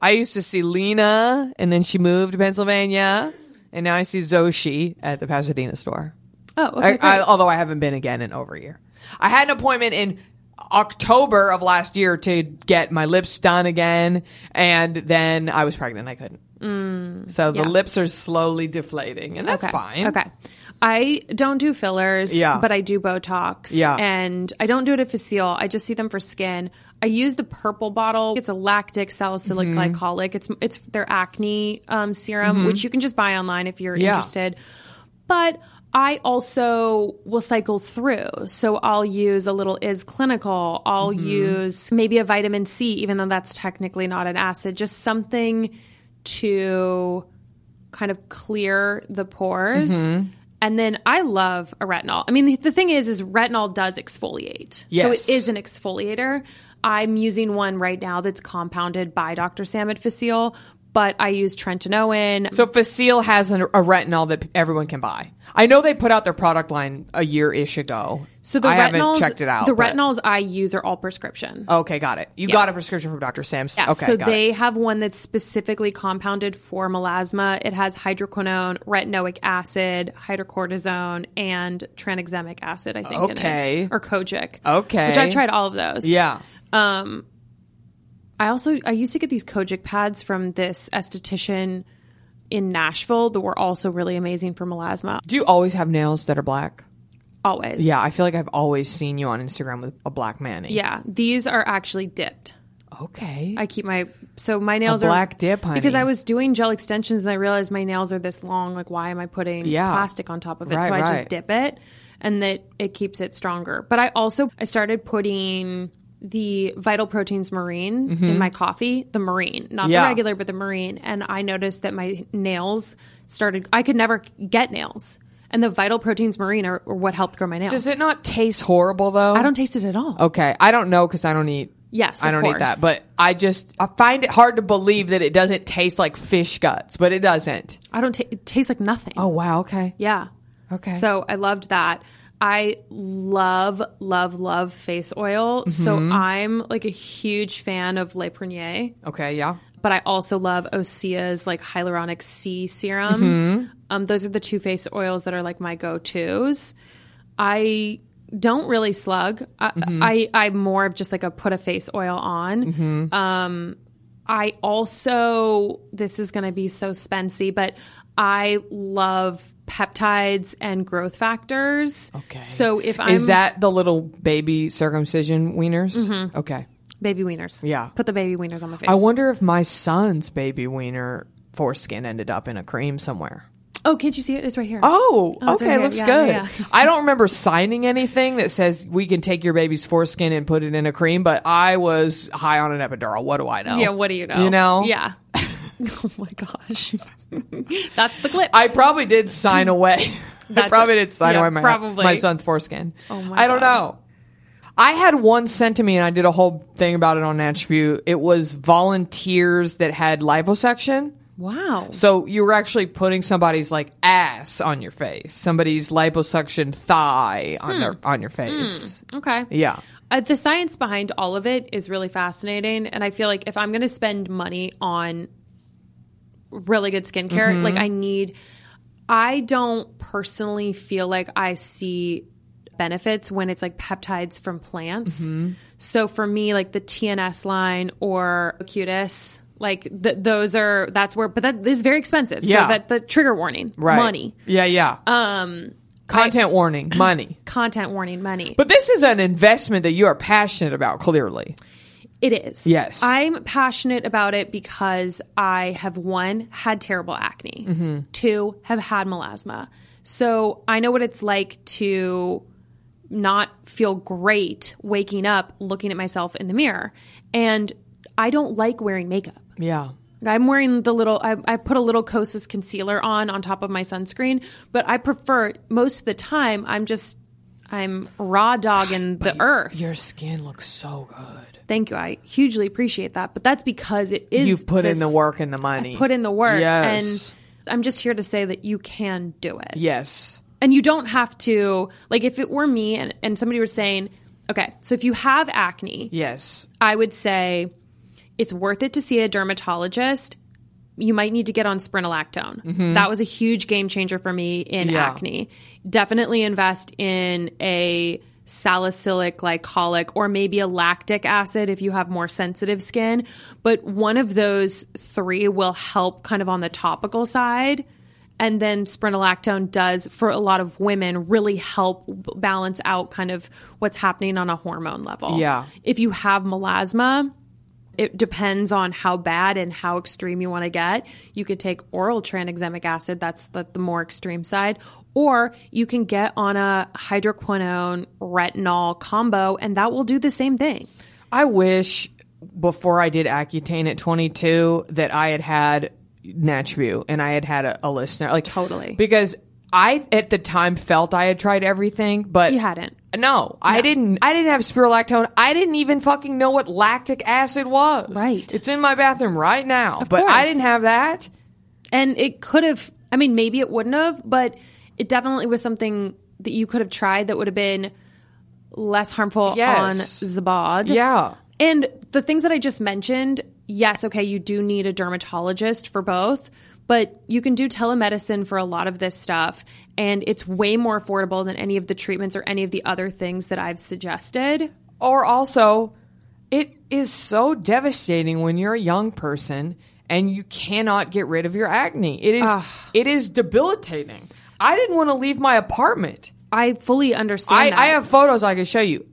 I used to see Lena, and then she moved to Pennsylvania, and now I see Zoshi at the Pasadena store.
Oh, okay.
I, I,
great.
although I haven't been again in over a year. I had an appointment in October of last year to get my lips done again, and then I was pregnant. I couldn't. so the
Mm, yeah.
lips are slowly deflating, and that's
okay.
fine.
Okay. I don't do fillers,
Yeah.
but I do Botox.
Yeah.
And I don't do it at Facile. I just see them for skin. I use the purple bottle. It's a lactic salicylic
Mm-hmm.
glycolic. It's it's their acne um, serum, which you can just buy online if you're
Yeah.
interested. But I also will cycle through. So I'll use a little is clinical. I'll
Mm-hmm.
use maybe a vitamin C, even though that's technically not an acid, just something to kind of clear the pores.
Mm-hmm.
And then I love a retinol. I mean, the, the thing is, is retinol does exfoliate. So
Yes.
it is an exfoliator. I'm using one right now that's compounded by Dr. Sam at Facile, but I use Trentanoin.
So Facile has an, a retinol that everyone can buy. I know they put out their product line a year ish ago.
So the
I
retinols,
haven't checked it out.
The
but-
retinols I use are all prescription.
Okay, got it. You got a prescription from Dr. Sam's.
Yeah,
okay,
so
got
they
it.
have one that's specifically compounded for melasma. It has hydroquinone, retinoic acid, hydrocortisone, and tranexamic acid. I think. in it.
Okay.
or kojic.
Okay.
which I've tried all of those.
Yeah.
Um, I also I used to get these kojic pads from this esthetician in Nashville that were also really amazing for melasma.
Do you always have nails that are black?
Always.
Yeah, I feel like I've always seen you on Instagram with a black mani.
Yeah. These are actually dipped.
Okay.
I keep my so my nails
black
are
dip, honey.
because I was doing gel extensions and I realized my nails are this long. Like, why am I putting
Yeah.
plastic on top of it?
Right,
so I
right.
just dip it, and that it keeps it stronger. But I also I started putting the Vital Proteins Marine in my coffee, the Marine, not
Mm-hmm. Yeah.
the regular, but the Marine, and I noticed that my nails started. I could never get nails, and the Vital Proteins Marine are, are what helped grow my nails.
Does it Oh. not taste horrible though?
I don't taste it at all.
Okay, I don't know because I don't eat.
Yes,
I
of
don't eat that.
course.
But I just I find it hard to believe that it doesn't taste like fish guts, but it doesn't.
I don't. ta it tastes like nothing.
Oh wow. Okay.
Yeah.
Okay.
So I loved that. I love, love, love face oil. So I'm like a huge fan of Le Prunier,
Okay. Yeah.
but I also love Osea's like hyaluronic C serum.
Mm-hmm.
Um, those are the two face oils that are like my go tos. I don't really slug. I,
Mm-hmm.
I I'm more of just like a put a face oil on.
Mm-hmm.
Um, I also this is going to be so spency, but I love peptides and growth factors. Okay. So if I'm
Is that the little baby circumcision wieners?
Mm-hmm.
Okay.
baby wieners,
Yeah.
put the baby wieners on the face.
I wonder if my son's baby wiener foreskin ended up in a cream somewhere.
Oh, can't you see it? It's right here.
Oh,
Oh, it's
okay,
right here.
looks
Yeah,
good.
yeah, yeah.
I don't remember signing anything that says we can take your baby's foreskin and put it in a cream, but I was high on an epidural. What do I know?
yeah. What do you know?
You know?
Yeah. oh my gosh, that's the clip.
I probably did sign away. I
That's
probably
it.
did sign
Yeah,
away my
probably.
my son's foreskin. Oh
my
I don't
God.
know. I had one sent to me, and I did a whole thing about it on Attribute. It was volunteers that had liposuction.
wow.
So you were actually putting somebody's like ass on your face, somebody's liposuction thigh on
Hmm.
their on your face.
Okay.
Yeah.
Uh, the science behind all of it is really fascinating. And I feel like if I'm going to spend money on really good skincare, like I need, I don't personally feel like I see benefits when it's like peptides from plants. So for me, like the TNS line or Acutis, like th- those are, that's where, but that is very expensive.
Yeah.
So that the trigger warning,
Right.
money.
Yeah, yeah. Content warning, money.
Content warning money.
But this is an investment that you are passionate about, clearly.
It is.
Yes.
I'm passionate about it because I have one, had terrible acne, two, have had melasma. So I know what it's like to not feel great waking up looking at myself in the mirror. And I don't like wearing makeup.
Yeah.
I'm wearing the little, I, I put a little Kosas concealer on on top of my sunscreen, but I prefer most of the time, I'm just, I'm raw dogging the earth.
Your skin looks so good.
Thank you. I hugely appreciate that. But that's because it is
You put in
this-
the work and the money.
Put in the work.
Yes.
And I'm just here to say that you can do it.
Yes.
And you don't have to like if it were me and, and somebody was saying, Okay, so if you have acne,
Yes.
I would say it's worth it to see a dermatologist. You might need to get on spironolactone. That was a huge game changer for me in
Mm-hmm. Yeah.
acne. Definitely invest in a salicylic glycolic or maybe a lactic acid if you have more sensitive skin, but one of those 3 will help kind of on the topical side. And then spironolactone does for a lot of women really help b- balance out kind of what's happening on a hormone level.
Yeah.
If you have melasma, it depends on how bad and how extreme you want to get. You could take oral tranexamic acid, that's the, the more extreme side, or you can get on a hydroquinone retinol combo, and that will do the same thing.
I wish before I did Accutane at 22 that I had had Natribu and I had had a, a listener. Like
Totally.
because I at the time felt I had tried everything, but
You hadn't.
No, I didn't. I didn't have spirulactone. I didn't even fucking know what lactic acid was.
Right.
It's in my bathroom right now, but I
course.
didn't have that.
And it could have, I mean, maybe it wouldn't have, but it definitely was something that you could have tried that would have been less harmful on
Yes.
Zabad.
Yeah.
And the things that I just mentioned, yes, okay, you do need a dermatologist for both, but you can do telemedicine for a lot of this stuff. And it's way more affordable than any of the treatments or any of the other things that I've suggested.
Or also, it is so devastating when you're a young person and you cannot get rid of your acne. It is it is debilitating. I didn't want to leave my apartment.
I fully understand
I,
that.
I have photos I can show you.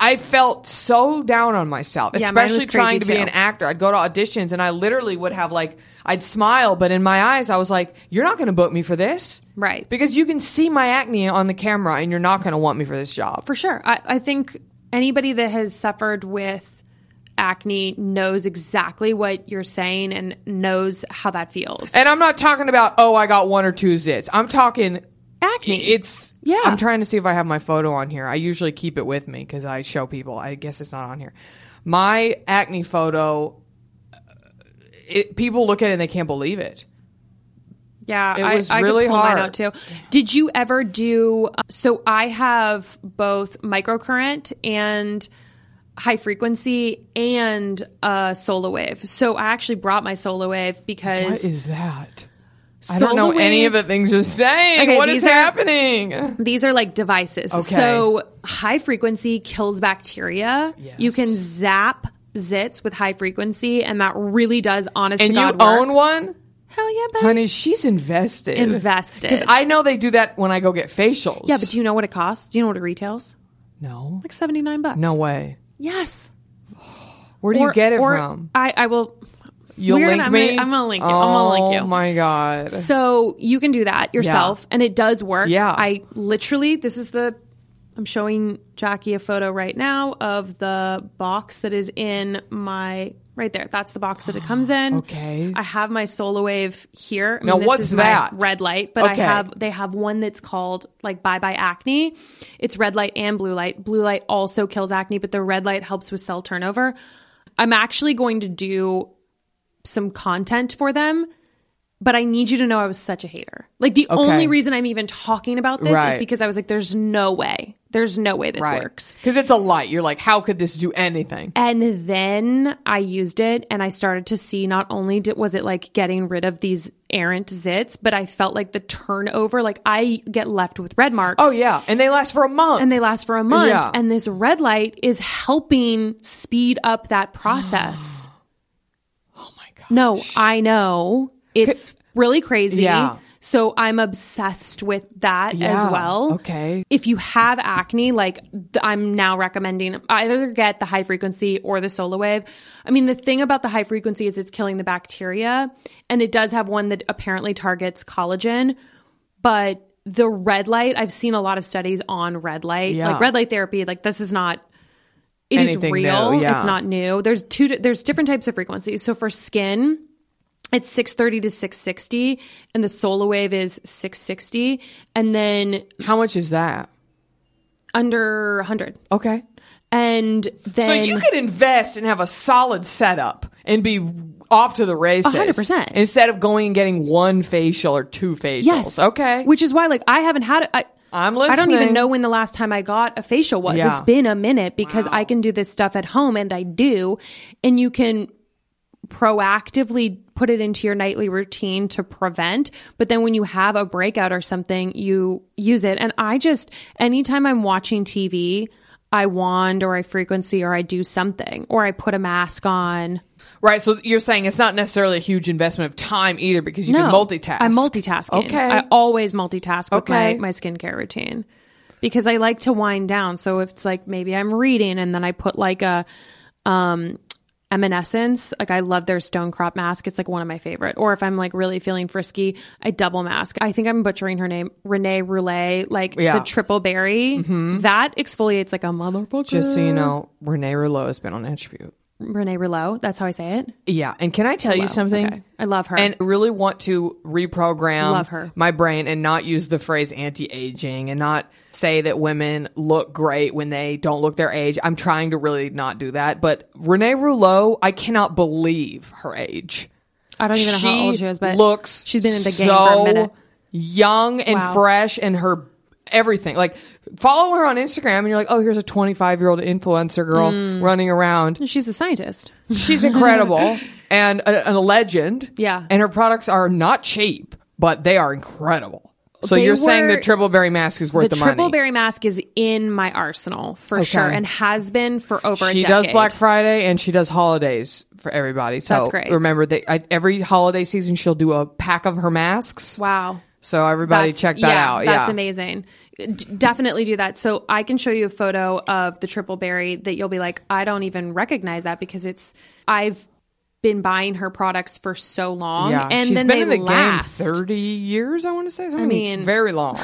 I felt so down on myself,
Yeah, mine was
especially
crazy
trying to be
too.
an actor. I'd go to auditions and I literally would have like I'd smile, but in my eyes I was like, "You're not going to book me for this,
Right.
Because you can see my acne on the camera, and you're not going to want me for this job.
for sure. I, I think anybody that has suffered with acne knows exactly what you're saying and knows how that feels.
And I'm not talking about oh, I got one or two zits. I'm talking
Acne.
It's
Yeah.
I'm trying to see if I have my photo on here. I usually keep it with me because I show people. I guess it's not on here. My acne photo. uh, It, people look at it and they can't believe it.
Yeah,
It
I,
was
I could
really
pull
hard.
mine out too. Did you ever do? uh, So I have both microcurrent and high frequency and a solar wave. So I actually brought my solar wave
What
because
is that? I don't know
Solar
any of the
Wave-
things you're saying.
Okay,
what is
these are-
happening?
These are like devices.
Okay.
So high frequency kills bacteria. You can zap zits with high frequency, and that really does honest
And
to
you
God work.
own one?
Hell yeah, baby.
Honey, she's invested.
Invested.
Because I know they do that when I go get facials.
Yeah, but do you know what it costs? Do you know what it retails?
no.
Like seventy nine bucks.
No way.
Yes.
Where do you
Or-
get it
or
from?
I, I will.
You'll
we're
link
gonna- I'm
me?
Gonna, I'm gonna link you.
Oh,
I'm gonna link you.
Oh my God.
So you can do that yourself, and it does work.
Yeah.
I literally, this is the. I'm showing Jackie a photo right now of the box that is in my right there. That's the box that it comes in.
Okay.
I have my solar wave here. I
Now,
mean, this
what's
is my
that?
Red light,
Okay.
but I have they have one that's called like Bye Bye Acne. It's red light and blue light. Blue light also kills acne, but the red light helps with cell turnover. I'm actually going to do some content for them, but I need you to know I was such a hater. Like the only reason I'm even talking about this is
Right.
because I was like, there's no way. There's no way this works.
Because it's a light. You're like, how could this do anything?
And then I used it and I started to see not only did, was it like getting rid of these errant zits, but I felt like the turnover, like I get left with red marks.
Oh, yeah. And they last for a month.
And they last for a month.
Yeah.
And this red light is helping speed up that process. oh my gosh. No, I know. It's really crazy.
Yeah.
So I'm obsessed with that as
Yeah,
well.
okay.
If you have acne, like th- I'm now recommending either get the high frequency or the solar wave. I mean, the thing about the high frequency is it's killing the bacteria and it does have one that apparently targets collagen, but the red light, I've seen a lot of studies on red light,
Yeah.
like red light therapy, like this is not it is
Anything
real.
new, yeah.
It's not new. There's two there's different types of frequencies. So for skin, it's 630 to 660 and the solar wave is 660 and then
How much is that?
under 100.
Okay.
And
So
then
you could invest and have a solid setup and be off to the races.
100%.
Instead of going and getting one facial or two facials.
yes.
Okay.
Which is why like I haven't had a- I
I'm
I don't
listening.
even know when the last time I got a facial was.
Yeah.
It's been a minute because I can do this stuff at home and I do and you can proactively put it into your nightly routine to prevent but then when you have a breakout or something you use it and i just anytime i'm watching tv i wand or i frequency or i do something or i put a mask on
Right. So you're saying it's not necessarily a huge investment of time either because you can multitask.
i'm multitasking
Okay.
i always multitask with
Okay.
my, my skincare routine because i like to wind down so if it's like maybe i'm reading and then i put like a um Eminescence, like I love their stone crop mask. It's like one of my favorite. Or if I'm like really feeling frisky, I double mask. I think I'm butchering her name, Renee Roulet, like
Yeah. Mm-hmm.
the triple berry. That exfoliates like a motherfucker.
Just so you know, Renee Rouleau has been on Attribute.
Renee Rouleau. That's how I say it.
Yeah. And can I tell you something?
Oh, okay. I love her.
And I really want to reprogram
Love her.
my brain and not use the phrase anti aging and not say that women look great when they don't look their age. I'm trying to really not do that. But Renee Rouleau, I cannot believe her age.
I don't even know
she
how old she is, but
looks
she's been in the
so
game for a minute.
young and
Wow.
fresh and her everything like follow her on instagram and you're like oh here's a 25 year old influencer girl
Mm.
running around
She's a scientist.
she's incredible and a, and a legend
Yeah.
and her products are not cheap but they are incredible so
They
you're saying the
were-
triple berry mask is worth
the,
the,
triple
money
berry mask is in my arsenal for
Okay.
sure and has been for over a
she
decade.
does Black Friday and she does holidays for everybody. So
That's great.
Remember, they, I, every holiday season she'll do a pack of her masks.
Wow.
So everybody check that
yeah,
out.
That's
yeah.
amazing. D- definitely do that. So I can show you a photo of the triple berry that you'll be like, I don't even recognize that because it's I've been buying her products for so long,
Yeah,
and
she's
then
been
they
in the
last.
game thirty years. I want to say something.
mean-
very long.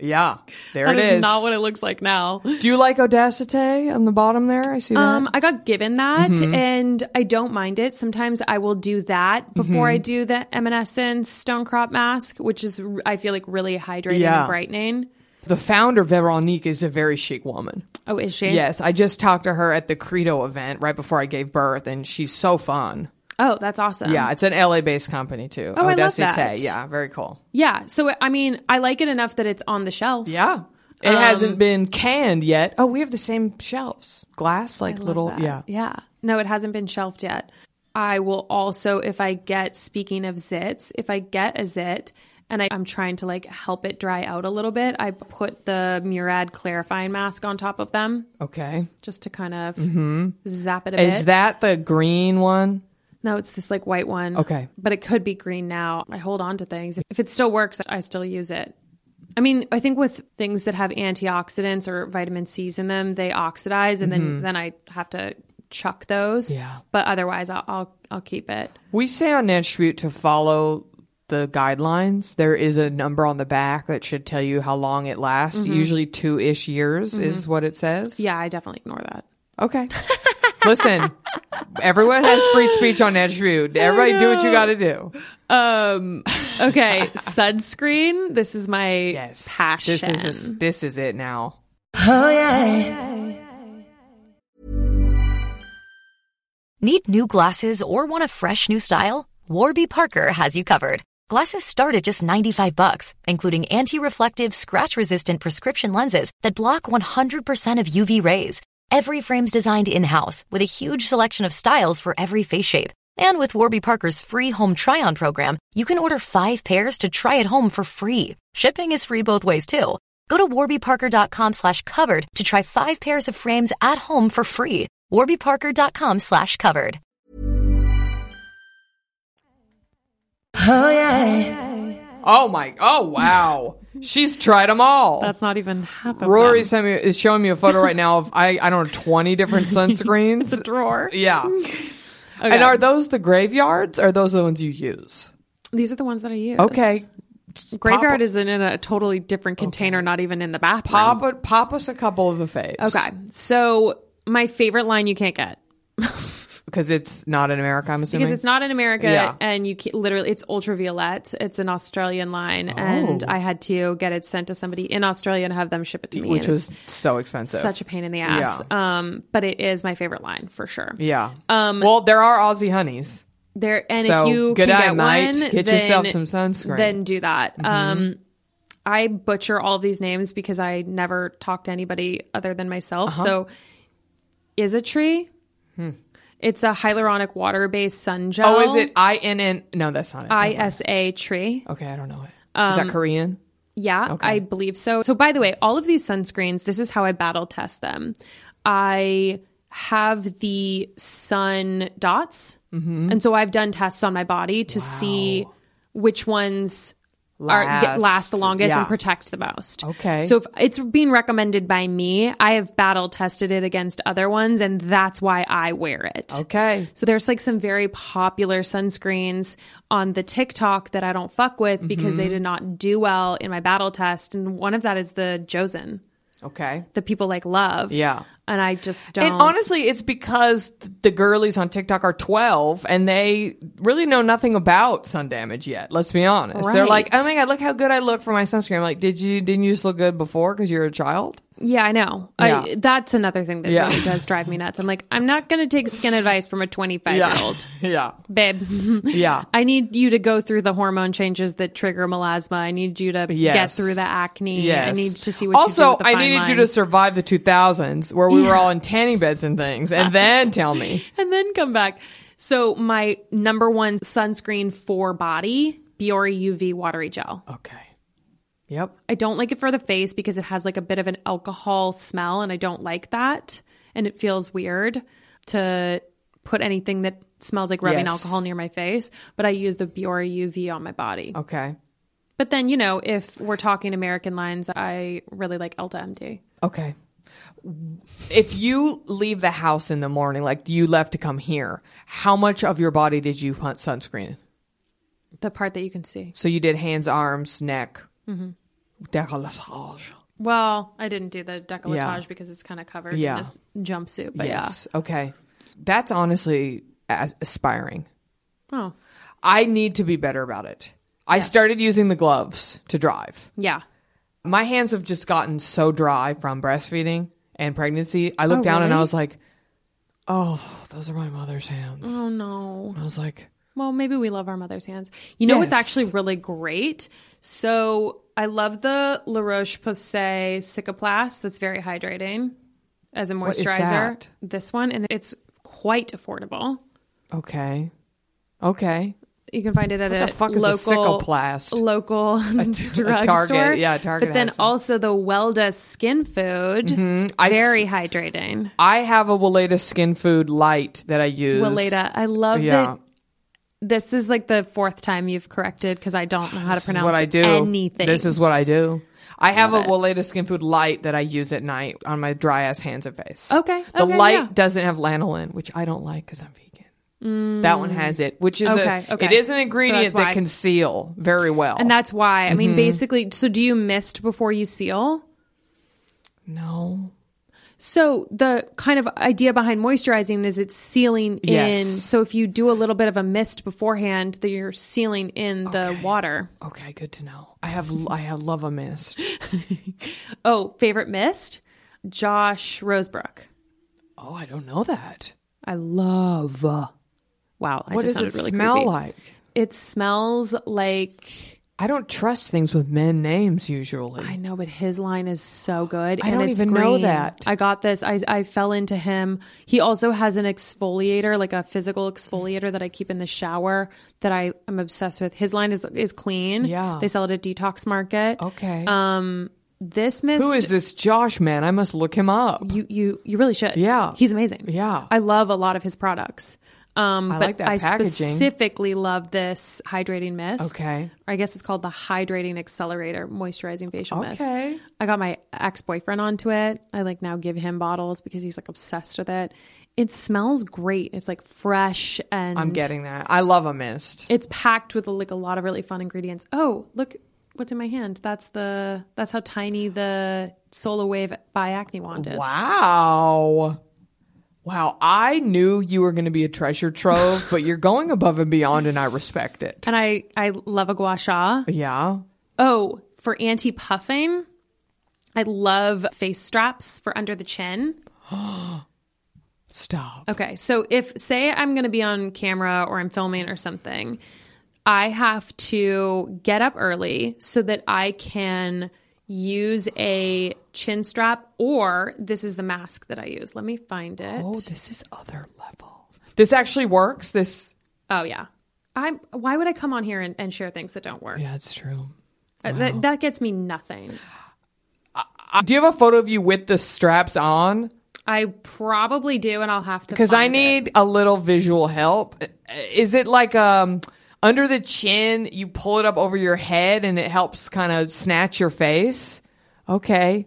yeah, there
That
it
is
is.
not what it looks like now.
Do you like Audacity on the bottom there? I see that.
Um, I got given that,
Mm-hmm.
and I don't mind it. Sometimes I will do that before
Mm-hmm.
I do the Evanescence Stone Crop Mask, which is r- I feel like really hydrating
Yeah.
and brightening.
the founder Veronique is a very chic woman.
Oh, is she?
Yes, I just talked to her at the Credo event right before I gave birth, and she's so fun.
Oh, that's awesome.
Yeah, it's an LA-based company too.
Oh, I love
Audacity,
that.
Yeah, very cool.
yeah. So I mean, I like it enough that it's on the shelf.
Yeah. It
Um,
hasn't been canned yet. Oh, we have the same shelves, glass, like little.
that.
Yeah,
Yeah. No, it hasn't been shelved yet. I will also, if I get, speaking of zits, if I get a zit and I, I'm trying to like help it dry out a little bit, I put the Murad clarifying mask on top of them
okay.
just to kind of zap it a
Mm-hmm. Is
bit.
that the green one?
no, it's this like white one.
Okay.
But it could be green now. I hold on to things. If it still works, I still use it. I mean, I think with things that have antioxidants or vitamin C's in them, they oxidize and then then I have to chuck those.
Mm-hmm. Yeah.
But otherwise I'll I'll, I'll keep it.
We say on Attribute to follow the guidelines. There is a number on the back that should tell you how long it lasts.
Mm-hmm.
Usually two ish years is what it says.
Yeah, I definitely ignore that.
Okay. Listen, everyone has free speech on Attribute. Everybody do what you got to do.
Um okay, sunscreen. This is my
Yes.
passion.
This is this is it now.
Need new glasses or want a fresh new style? Warby Parker has you covered. Glasses start at just 95 bucks, including anti-reflective, scratch-resistant prescription lenses that block 100% of UV rays. Every frame's designed in-house with a huge selection of styles for every face shape. And with Warby Parker's free home try-on program, you can order 5 pairs to try at home for free. Shipping is free both ways too. Go to warbyparker.com slash covered to try five pairs of frames at home for free. warbyparker.com slash covered.
Oh my! Oh wow! She's tried them all.
That's not even half of
Rory
them.
sent me is showing me a photo right now of I I don't know twenty different sunscreens.
It's a drawer.
Yeah. And are those the graveyards? Or are those the ones you use?
These are the ones that I use.
Okay.
Graveyard
Pop-
isn't in a totally different container, not even in the bathroom.
Pop, pop us a couple of the faves.
Okay. So my favorite line you can't get
Because it's not in America, I'm assuming.
because it's not in America
Yeah.
and you can, literally it's ultraviolet. It's an Australian line
Oh.
and I had to get it sent to somebody in Australia and have them ship it to me.
Which
and
was
it's
so expensive.
such a pain in the ass. Um, but it is my favorite line for sure.
yeah. Um, well, there are Aussie honeys.
There and
So,
if you
good
can
eye,
get
mate.
one,
Get
then-
yourself some sunscreen.
Then do that.
Mm-hmm.
Um, I butcher all of these names because I never talk to anybody other than myself.
Uh-huh.
So, is a tree? It's a hyaluronic water-based sun gel.
Hmm. Oh, is it I N N? No, that's not it.
I Um, S A tree?
okay, I don't know it. Is that Korean?
Yeah, I believe so. So, by the way, all of these sunscreens, this is how I battle test them. I have the sun dots.
Mm-hmm.
And so I've done tests on my body to see which ones are get, last the
Last,
longest
yeah.
and protect the most.
Okay.
So if it's being recommended by me, I have battle tested it against other ones and that's why I wear it.
Okay.
So there's like some very popular sunscreens on the TikTok that I don't fuck with because
Mm-hmm.
they did not do well in my battle test. And one of that is the Josen
Okay.
that people like love.
Yeah.
And I just don't.
And honestly, it's because th- the girlies on TikTok are 12 and they really know nothing about sun damage yet. Let's be honest. They're like,
Right.
oh my God, look how good I look for my sunscreen. I'm like, did you, didn't you just look good before because you're a child?
yeah, I know.
Yeah.
I, that's another thing that
Yeah.
really does drive me nuts. I'm like, I'm not going to take skin advice from a 25 year old.
yeah.
Babe,
Yeah.
I need you to go through the hormone changes that trigger melasma. I need you to get
Yes.
through the acne. I
Yes.
need to see what
also,
you do with the
I
fine
needed you to
lines.
survive the 2000s where we were all in tanning beds and things and then tell me.
and then come back. So my number one sunscreen for body, Biore UV watery gel.
Okay. Yep.
I don't like it for the face because it has like a bit of an alcohol smell and I don't like that and it feels weird to put anything that smells like rubbing
Yes.
alcohol near my face, but I use the Biore UV on my body.
Okay.
But then, you know, if we're talking American lines, I really like Elta MD.
Okay. If you leave the house in the morning, like you left to come here, how much of your body did you hunt sunscreen?
The part that you can see.
So you did hands, arms, neck, décolletage.
Well, I didn't do the decolletage
Yeah.
because it's kind of covered
Yeah.
in this jumpsuit, but
Yes. Okay. That's honestly as- aspiring.
yeah. Oh.
I need to be better about it. I started using the gloves to drive.
Yeah.
My hands have just gotten so dry from breastfeeding and pregnancy. I looked down and I
really?
was like, "Oh, those are my mother's hands."
Oh no.
I was like,
Well, maybe we love our mother's hands. You know what's
Yes.
actually really great? So I love the La Roche Posay Cicaplast. That's very hydrating as a moisturizer.
is that?
This one, and it's quite affordable.
"Okay, okay."
You can find it at
What
a
the fuck is a
local
Cicaplast?
local drugstore.
Target. Yeah, Target
But then
has some. Mm-hmm.
also the Welda Skin Food,
I
very hydrating.
I have a Weleda Skin Food Light that I use.
Weleda, I love
Yeah.
that. This is like the fourth time you've corrected because I don't know how to
This is
pronounce
what I do.
anything.
This is what I do. I have a Weleda Skin Food Light that I use at night on my dry ass hands and face.
Okay,
The
okay,
light
yeah.
doesn't have lanolin, which I don't like because I'm vegan. That one has it, which is
Mm. Okay,
a,
okay.
it is an
So
ingredient
that's why.
that can seal very well.
And that's why. I
Mm-hmm.
mean, basically, so do you mist before you seal?
no.
So the kind of idea behind moisturizing is it's sealing
Yes.
in. So if you do a little bit of a mist beforehand, then you're sealing in the water.
Okay, good to know. I have I have love a mist.
Oh, favorite mist? Josh Rosebrook.
Oh, I don't know that.
I love. Wow, I
What
just
does it
sounded really
smell
creepy.
like?
It smells like
I don't trust things with men names usually.
I know, but his line is so good.
I
and
don't
it's
even know
green.
that.
I got this. I, I fell into him. He also has an exfoliator, like a physical exfoliator that I keep in the shower that I am obsessed with. His line is is clean.
Yeah.
They sell it at Detox Market.
okay.
This mist
Who is this Josh man? I must look him up.
you you you really should.
Yeah.
He's amazing.
Yeah.
I love a lot of his products. Um,
I
but
like that
I
packaging.
specifically love this hydrating mist.
Okay.
Or I guess it's called the Hydrating Accelerator Moisturizing Facial Mist.
Okay.
I got my ex boyfriend onto it. I like now give him bottles because he's like obsessed with it. It smells great. It's like fresh and
I'm getting that. I love a mist.
it's packed with like a lot of really fun ingredients. Oh, look what's in my hand. That's the that's how tiny the Solar Wave by Acne wand is.
Wow. Wow. I knew you were going to be a treasure trove, but you're going above and beyond, and I respect it.
And I I love a gua sha.
Yeah.
Oh, for anti puffing, I love face straps for under the chin.
Stop.
Okay, so if say I'm going to be on camera or I'm filming or something, I have to get up early so that I can use a chin strap or this is the mask that I use. Let me find it.
Oh, this is other level. This actually works. This.
Oh yeah. I'm why would I come on here and, and share things that don't work?
Yeah, it's true.
Uh, That that gets me nothing.
Uh, do you have a photo of you with the straps on?
I probably do and I'll have to
Because I
find it.
need a little visual help. Is it like um under the chin? You pull it up over your head, and it helps kind of snatch your face. Okay.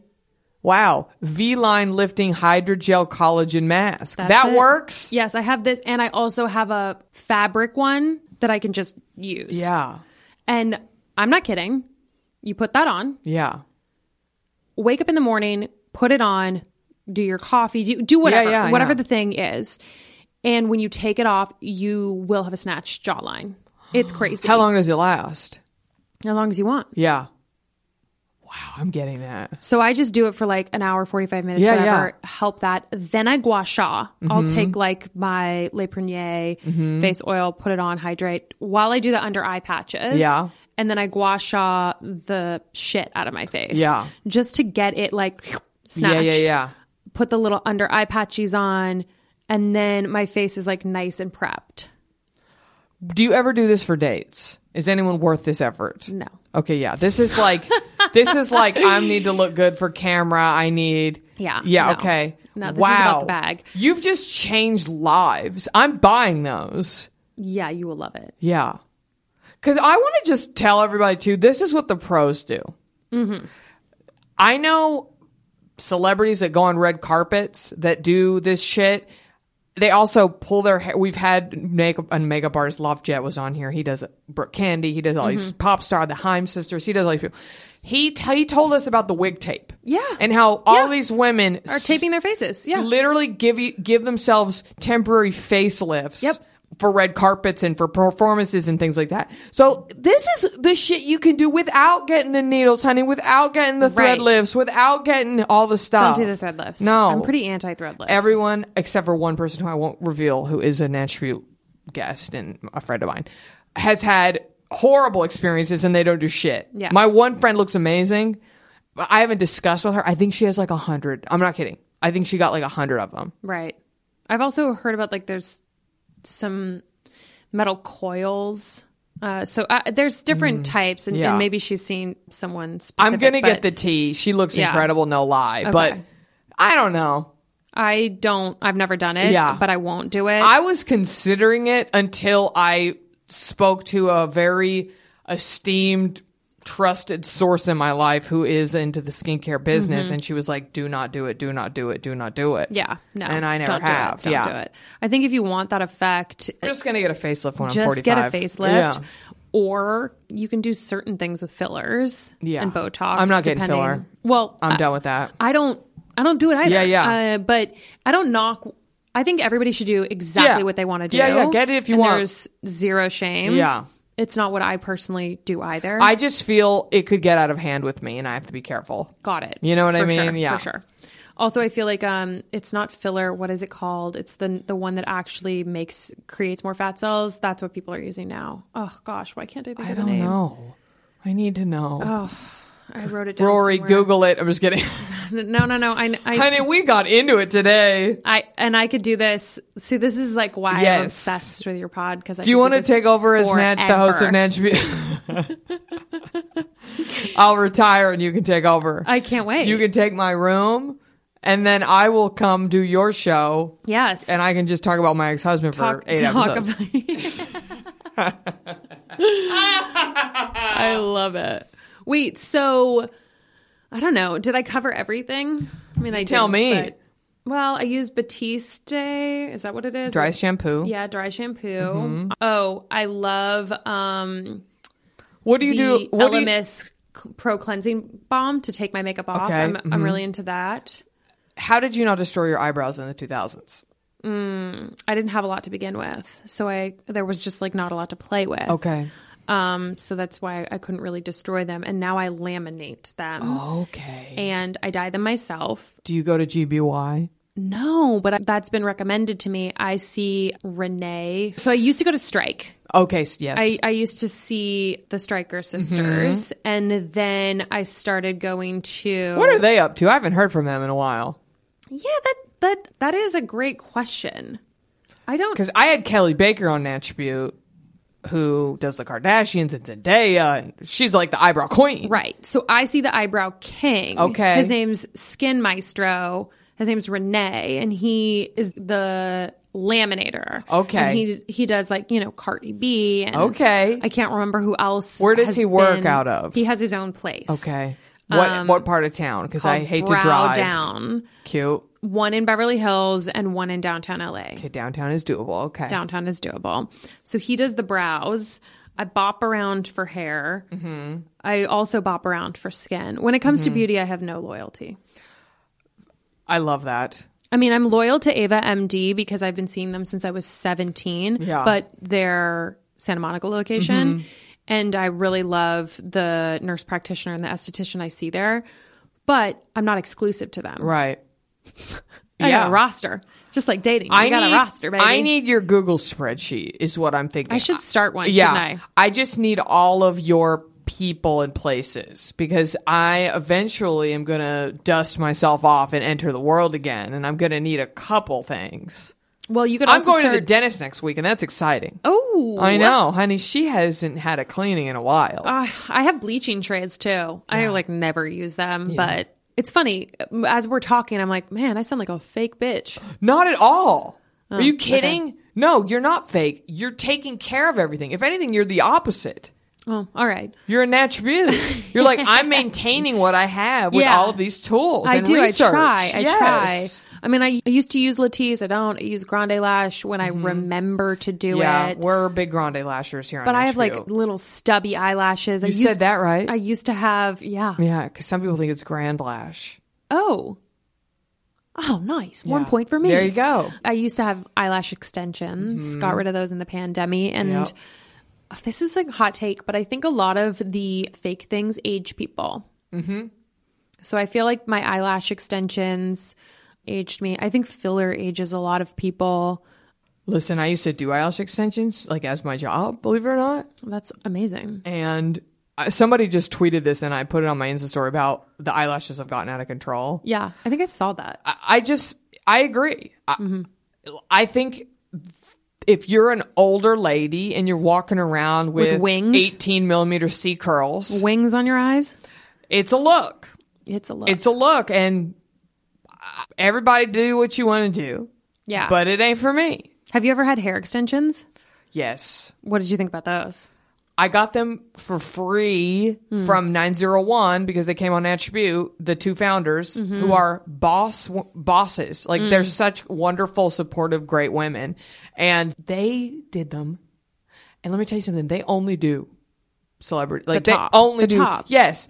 Wow. V line lifting hydrogel collagen mask.
That's
that
it.
works.
Yes, I have this and I also have a fabric one that I can just use.
Yeah.
And I'm not kidding. You put that on,
Yeah.
wake up in the morning, put it on, do your coffee, do do whatever,
yeah,
whatever
yeah.
the thing is. And when you take it off, you will have a snatched jawline. It's crazy.
How long does it last?
How long as you want.
Yeah. Wow. I'm getting that.
So I just do it for like an hour, 45 minutes,
Yeah, Mm-hmm.
whatever, help that. Then I gua sha. I'll take like my Le Prunier face oil, put it on, hydrate while I do the under eye patches.
Yeah.
And then I gua sha the shit out of my face.
Yeah.
Just to get it like snatched.
Yeah. Yeah. Yeah.
Put the little under eye patches on. And then my face is like nice and prepped.
Do you ever do this for dates? Is anyone worth this effort?
No.
Okay, yeah. This is like this is like I need to look good for camera. I need
Yeah,
Yeah,
no.
okay.
No, this is
wow.
about the bag.
You've just changed lives. I'm buying those.
Yeah, you will love it.
Yeah. Cuz I want to just tell everybody too this is what the pros do.
Mm-hmm.
I know celebrities that go on red carpets that do this shit. They also pull their hair. We've had makeup and makeup artist Lovejet was on here. He does Brooke Candy. He does all
Mm-hmm.
these pop star, the Heim sisters. He does all these people. He, t- he told us about the wig tape.
Yeah.
And how all
Yeah.
these women
Or taping their faces. Yeah.
literally give y- give themselves temporary facelifts
Yep.
for red carpets and for performances and things like that. So this is the shit you can do without getting the needles, honey, without getting the thread
Right.
lifts, without getting all the
Don't
stuff.
do the thread lifts.
No.
I'm pretty anti thread lifts.
Everyone except for one person who I won't reveal, who is an attribute guest and a friend of mine, has had horrible experiences and they don't do shit.
Yeah.
My one friend looks amazing. but I haven't discussed with her. I think she has like a hundred. I'm not kidding. I think she got like a hundred of them.
Right. I've also heard about like there's some metal coils. Uh, so uh, there's different types, and,
Mm. yeah.
and maybe she's seen someone specific.
I'm gonna get the
but
tea. She looks
Yeah.
incredible, no lie. But I don't know.
I don't. I've never done it.
Yeah.
but I won't do it.
I was considering it until I spoke to a very esteemed, trusted source in my life who is into the skincare business, and she was like, "Do not do it. Do not do it. Do not do it."
Mm-hmm. yeah, no.
and I never
don't do it,
have.
don't
yeah,
do it. I think if you want that effect,
I'm just gonna get a facelift when I'm
just
45.
get a facelift.
Yeah.
Or you can do certain things with fillers
Yeah.
and Botox.
I'm not getting
depending-
filler.
Well,
I'm
I-
done with that.
I don't I don't do it either.
Yeah, yeah.
Uh, but I don't knock. I think everybody should do exactly
Yeah.
what they want to do.
Yeah, yeah, get it if you
And
want.
There's zero shame.
Yeah.
It's not what I personally do either.
I just feel it could get out of hand with me, and I have to be careful.
got it.
You know what I
For sure,
mean? Yeah.
for sure. Also, I feel like um, it's not filler. What is it called? It's the the one that actually makes creates more fat cells. That's what people are using now. Oh gosh, why can't I think
I
of the
don't
name?
know. I need to know.
I wrote it down.
Rory,
somewhere.
Google it. I'm just kidding.
No, no, no. I, I,
Honey, we got into it today.
I and I could do this. See, this is like why I'm
Yes.
obsessed with your pod because
Do you want to take over as Nat, the host of Nat? View? I'll retire and you can take over.
I can't wait.
You can take my room and then I will come do your show,
Yes.
and I can just talk about my ex husband for
talk,
eight
talk
episodes.
about- I love it. Wait, so I don't know. Did I cover everything? I mean, I
Tell
didn't,
me.
but- well, I used Batiste. Is that what it is?
Dry Mm-hmm. shampoo.
Yeah, dry shampoo. Oh, I love um,
What do you
the
do? What do you-
Elemis cl- Pro Cleansing Balm to take my makeup off.
Okay, mm-hmm.
I'm, I'm really into that.
how did you not destroy your eyebrows in the 2000s?
I didn't have a lot to begin with, so I there was just like not a lot to play with.
Okay.
Um, so that's why I couldn't really destroy them, and now I laminate them
Oh. Okay.
and I dye them myself.
Do you go to GBY?
No, but I- that's been recommended to me. I see Renee. So I used to go to Strike.
Okay, s- yes.
I, I used to see the Striker
Mm-hmm.
sisters, and then I started going to.
what are they up to? I haven't heard from them in a while.
Yeah, that that that is a great question. I don't.
Because I had Kelly Baker on an attribute who does the Kardashians and Zendaya, and she's like the eyebrow queen.
Right. So I see the eyebrow king.
Okay.
His name's Skin Maestro. His name's Renee, and he is the laminator.
Okay.
And he he does like you know Cardi B. And
Okay.
I can't remember who else.
Where does
has
he work
been-
out of?
He has his own place.
Okay. What
Um,
what part of town? Because I
called
hate
Brow
to drive.
down.
Cute.
One in Beverly Hills and one in downtown LA.
Okay, downtown is doable. Okay.
Downtown is doable. So he does the brows. I bop around for hair.
Mm-hmm.
I also bop around for skin. When it comes to beauty, I have no loyalty.
I love that.
I mean, I'm loyal to Ava MD because I've been seeing them since I was 17,
Yeah. Mm-hmm.
but their Santa Monica location. And I really love the nurse practitioner and the esthetician I see there, but I'm not exclusive to them.
Right. yeah.
I got a roster, just like dating.
I
I got
need,
a roster, baby.
I need your Google spreadsheet is what I'm thinking.
I should start one,
yeah.
shouldn't I?
just need all of your people and places because I eventually am going to dust myself off and enter the world again and I'm going to need a couple things.
Well, you could
I'm
also
going to
start.
the dentist next week and that's exciting.
oh,
I know, honey, she hasn't had a cleaning in a while.
Uh, I have bleaching trays too. I like never use them, but it's funny. As we're talking, I'm like, man, I sound like a fake bitch.
Not at all.
Oh,
Are you kidding? No, you're not fake. You're taking care of everything. If anything, you're the opposite.
Oh, all right.
You're a natural. You're like I'm maintaining what I have with
Yeah.
all of these tools.
I
and
do.
Research.
I try. I
Yes.
try. I mean, I, I used to use Latisse. I don't. I use Grande Lash when I remember to do
Mm-hmm. Yeah,
it.
we're big grande lashers here.
But
on
I have like
Attribute.
little stubby eyelashes. I
You said that right.
I used to have. Yeah.
yeah, because some people think it's grand lash.
Oh. Oh, nice. One
Yeah.
point for me.
There you go. Mm-hmm.
I used to have eyelash extensions. Got rid of those in the pandemic, and.
Yep.
This is a hot take, but I think a lot of the fake things age people. Mm-hmm. So I feel like my eyelash extensions aged me. I think filler ages a lot of people.
Listen, I used to do eyelash extensions like as my job, believe it or not.
That's amazing.
And uh, somebody just tweeted this, and I put it on my Insta story about the eyelashes have gotten out of control.
Yeah, I think I saw that.
I- I just I agree. I, I think if you're an older lady and you're walking around with,
With wings?
18 millimeter C curls,
Wings on your eyes?
it's a look.
It's a look.
It's a look, and uh, everybody do what you want to do,
yeah.
but it ain't for me.
have you ever had hair extensions?
Yes,
What did you think about those?
I got them for free from 901 because they came on attribute, the two founders who are boss bosses. Like they're such wonderful, supportive, great women. And they did them. And let me tell you something, they only do celebrity like
top.
they only
The
do
top.
yes.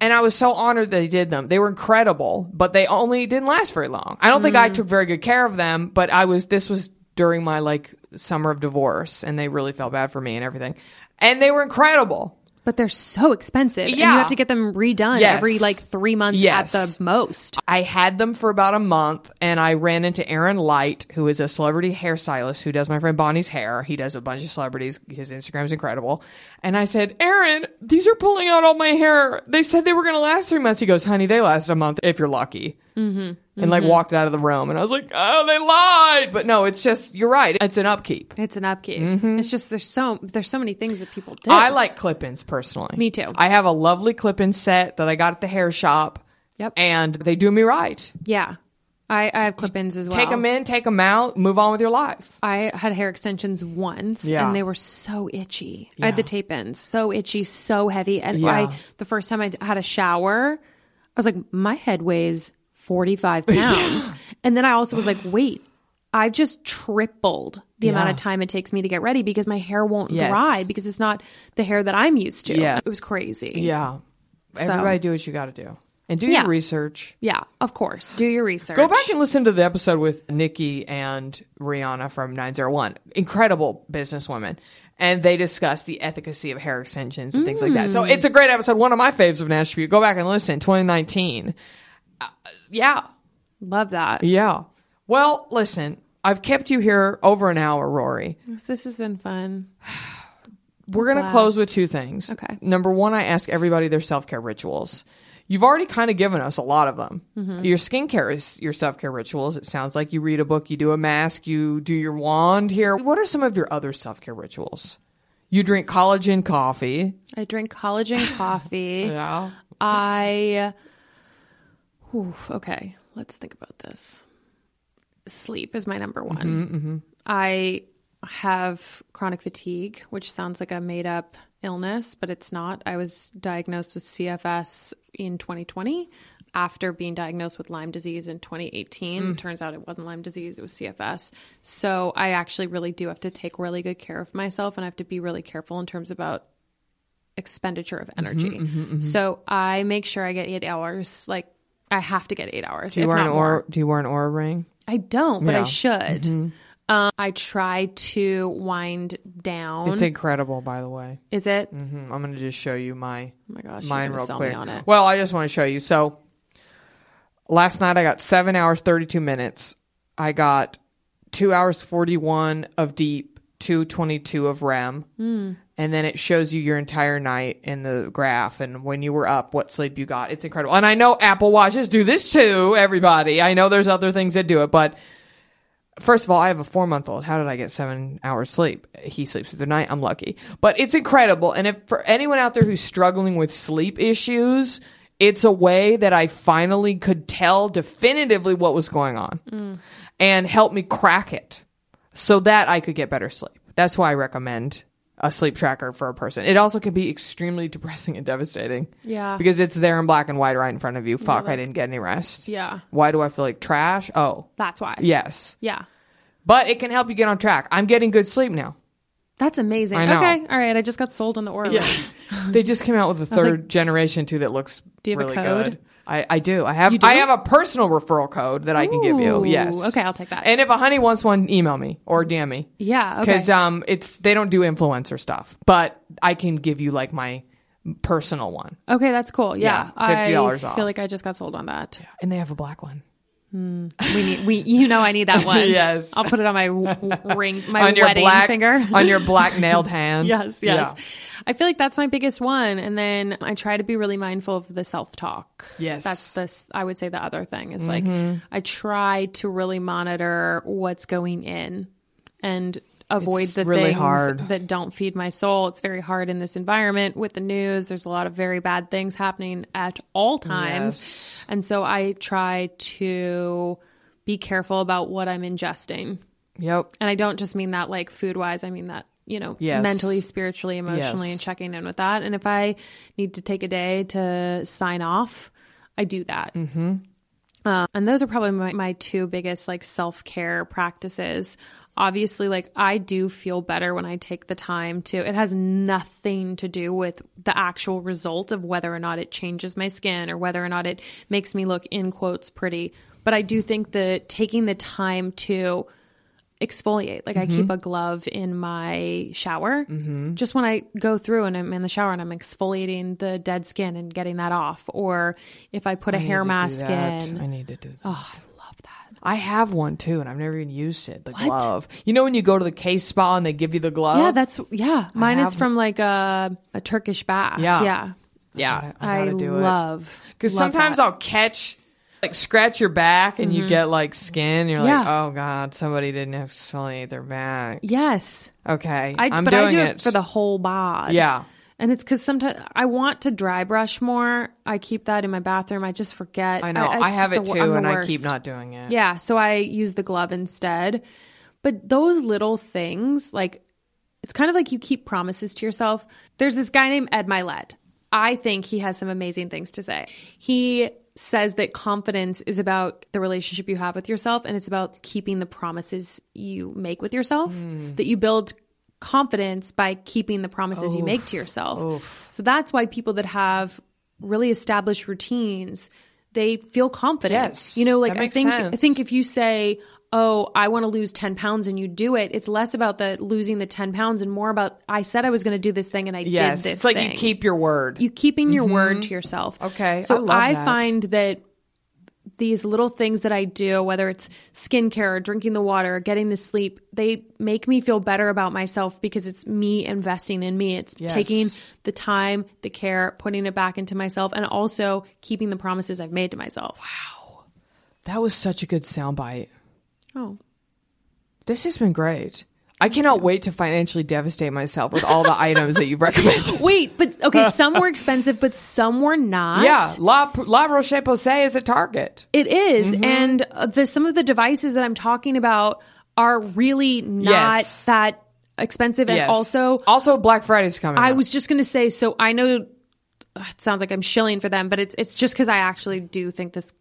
And I was so honored that they did them. They were incredible, but they only didn't last very long. I don't think
Mm.
I took very good care of them, but I was this was during my like summer of divorce and they really felt bad for me and everything. And they were incredible.
But they're so expensive. And you
Yeah.
have to get them redone
Yes.
every like three months
Yes.
at the most.
I had them for about a month and I ran into Aaron Light, who is a celebrity hairstylist who does my friend Bonnie's hair. He does a bunch of celebrities. His Instagram's incredible. And I said, Aaron, these are pulling out all my hair. They said they were going to last three months. He goes, honey, they last a month if you're lucky. Mm-hmm. And like walked out of the room. And I was like, oh, they lied. But no, it's just, you're right. It's an upkeep.
It's an upkeep. It's just there's so there's so many things that people do.
I like clip-ins personally.
Me too.
I have a lovely clip-in set that I got at the hair shop.
Yep.
And they do me right.
Yeah. I, I have clip ins as well.
Take them in, take them out, move on with your life.
I had hair extensions once
Yeah.
and they were so itchy. I had the tape ends, so itchy, so heavy. And I, the first time I d- had a shower, I was like, my head weighs 45 pounds. And then I also was like, wait, I've just tripled the amount of time it takes me to get ready because my hair won't
Yes.
dry because it's not the hair that I'm used to.
Yeah.
It was crazy.
Yeah. Everybody do what you got to do. And do
Yeah.
your research.
Yeah, of course. Do your research.
Go back and listen to the episode with Nikki and Rihanna from 901. Incredible businesswomen. And they discuss the efficacy of hair extensions and things like that. So it's a great episode. One of my faves of Nash Tribute. Go back and listen. 2019. Uh, yeah.
Love that.
Yeah. Well, listen, I've kept you here over an hour, Rory.
This has been fun.
We're going to close with two things.
Okay.
Number one, I ask everybody their self care rituals. You've already kind of given us a lot of them.
Mm-hmm.
Your skincare is your self care rituals. It sounds like you read a book, you do a mask, you do your wand here. What are some of your other self care rituals? You drink collagen coffee.
I drink collagen coffee.
Yeah.
I. Oof, okay, let's think about this. Sleep is my number one.
Mm-hmm,
I have chronic fatigue, which sounds like a made up illness, but it's not. I was diagnosed with CFS in 2020 after being diagnosed with Lyme disease in 2018.
Mm.
Turns out it wasn't Lyme disease, it was CFS. So I actually really do have to take really good care of myself and I have to be really careful in terms about expenditure of
Mm-hmm,
energy. So I make sure I get eight hours. Like I have to get eight hours.
Do you
if
wear an
not more.
aura? Do you wear an aura ring?
I don't, but
Yeah. Mm-hmm.
I should. Um, I try to wind down.
It's incredible, by the way.
Is it?
Mm, I'm going to just show you my
Oh my gosh,
mine
you're
real
gonna sell
quick.
me on it.
Well, I just want to show you. So last night I got seven hours thirty two minutes. I got two hours forty one of deep, two twenty two of REM,
Hmm.
and then it shows you your entire night in the graph and when you were up, what sleep you got. It's incredible. And I know Apple watches do this too. Everybody, I know there's other things that do it, but First of all, I have a four month old. How did I get seven hours sleep? He sleeps through the night. I'm lucky. But it's incredible. And if for anyone out there who's struggling with sleep issues, it's a way that I finally could tell definitively what was going on
Mm.
and help me crack it so that I could get better sleep. That's why I recommend a sleep tracker for a person. It also can be extremely depressing and devastating.
Yeah.
Because it's there in black and white right in front of you. Fuck, I didn't get any rest.
Yeah.
Why do I feel like trash? Oh,
That's why.
yes
Yeah.
but it can help you get on track. I'm getting good sleep now.
That's amazing.
I know.
Okay. All right. I just got sold on the aura. ring.
They just came out with a
was like,
third generation too that looks
Do you have a
really
code?
good. I, I do. I have
do?
I have a personal referral code that I can give you.
Ooh,
Yes.
okay, I'll take that.
And if a honey wants one, email me or DM me.
Yeah, okay.
Because um, it's they don't do influencer stuff, but I can give you like my personal one,
Okay. That's cool. Yeah.
Yeah, $50
I
off.
feel like I just got sold on that.
and they have a black one.
We need, we, you know, I need that one.
Yes.
I'll put it on my w- w- ring, my
on your
wedding
black
finger.
on your black nailed hand.
yes.
Yeah.
Yes. I feel like that's my biggest one. And then I try to be really mindful of the self talk.
Yes. Mm-hmm.
That's this, I would say the other thing is like, I try to really monitor what's going in and avoid
It's
the
really
things
hard.
that don't feed my soul. It's very hard in this environment with the news. There's a lot of very bad things happening at all times. And so I try to be careful about what I'm ingesting.
Yep.
And I don't just mean that like food wise, I mean that, you know,
Yes.
mentally, spiritually, emotionally,
Yes.
and checking in with that. And if I need to take a day to sign off, I do that. Mm-hmm. Uh, and those are probably my, my two biggest like self care practices. Obviously, like I do feel better when I take the time to, it has nothing to do with the actual result of whether or not it changes my skin or whether or not it makes me look in quotes pretty. But I do think that taking the time to, exfoliate. Like
Mm-hmm.
I keep a glove in my shower. Just when I go through and I'm in the shower and I'm exfoliating the dead skin and getting that off. Or if I put a hair mask in.
I need to do that. Oh, I love that. I have one too, and I've never even used it. The glove. You know when you go to the case spa and they give you the glove?
yeah, that's yeah. Mine is
Oh. have-
from like a, a Turkish bath.
Yeah.
Yeah. Yeah.
gotta- I gotta do it.
love.
because
love
sometimes
that. Mm-hmm.
I'll catch like scratch your back and you get like skin. You're like,
Yeah.
oh god, somebody didn't exfoliate their back.
Yes.
Okay,
I
am
but
doing
I do it.
it
for the whole bod.
yeah.
And it's because sometimes I want to dry brush more. I keep that in my bathroom. I just forget.
I know. I,
it's just
have
the
it
wor-
too,
I'm the
and I keep
worst.
not doing it.
Yeah, so I use the glove instead. But those little things, like it's kind of like you keep promises to yourself. There's this guy named Ed Milet. I think he has some amazing things to say. He says that confidence is about the relationship you have with yourself and it's about keeping the promises you make with yourself,
Hmm.
that you build confidence by keeping the promises you make to yourself. So that's why people that have really established routines, they feel confident.
Yes,
You know, like
that
I
makes
think I
sense.
think if you say, "Oh, I want to lose 10 pounds," and you do it, it's less about the losing the 10 pounds and more about I said I was going to do this thing and I
Yes.
did this.
It's like
thing.
you keep your word.
you keeping your word to yourself.
Okay,
so
I love that.
find that these little things that I do, whether it's skincare, or drinking the water, or getting the sleep, they make me feel better about myself because it's me investing in me. It's taking the time, the care, putting it back into myself, and also keeping the promises I've made to myself.
that was such a good soundbite.
Oh.
This has been great. I cannot wait to financially devastate myself with all the items that you've recommended.
Wait, but okay, some were expensive, but some were not.
Yeah, La, La Roche Posay is a target.
It is.
Mm-hmm.
And uh, the, some of the devices that I'm talking about are really not
Yes.
that expensive. And
Yes.
also,
also Black Friday's coming.
I
up.
was just going to say so I know ugh, it sounds like I'm shilling for them, but it's it's just cuz I actually do think this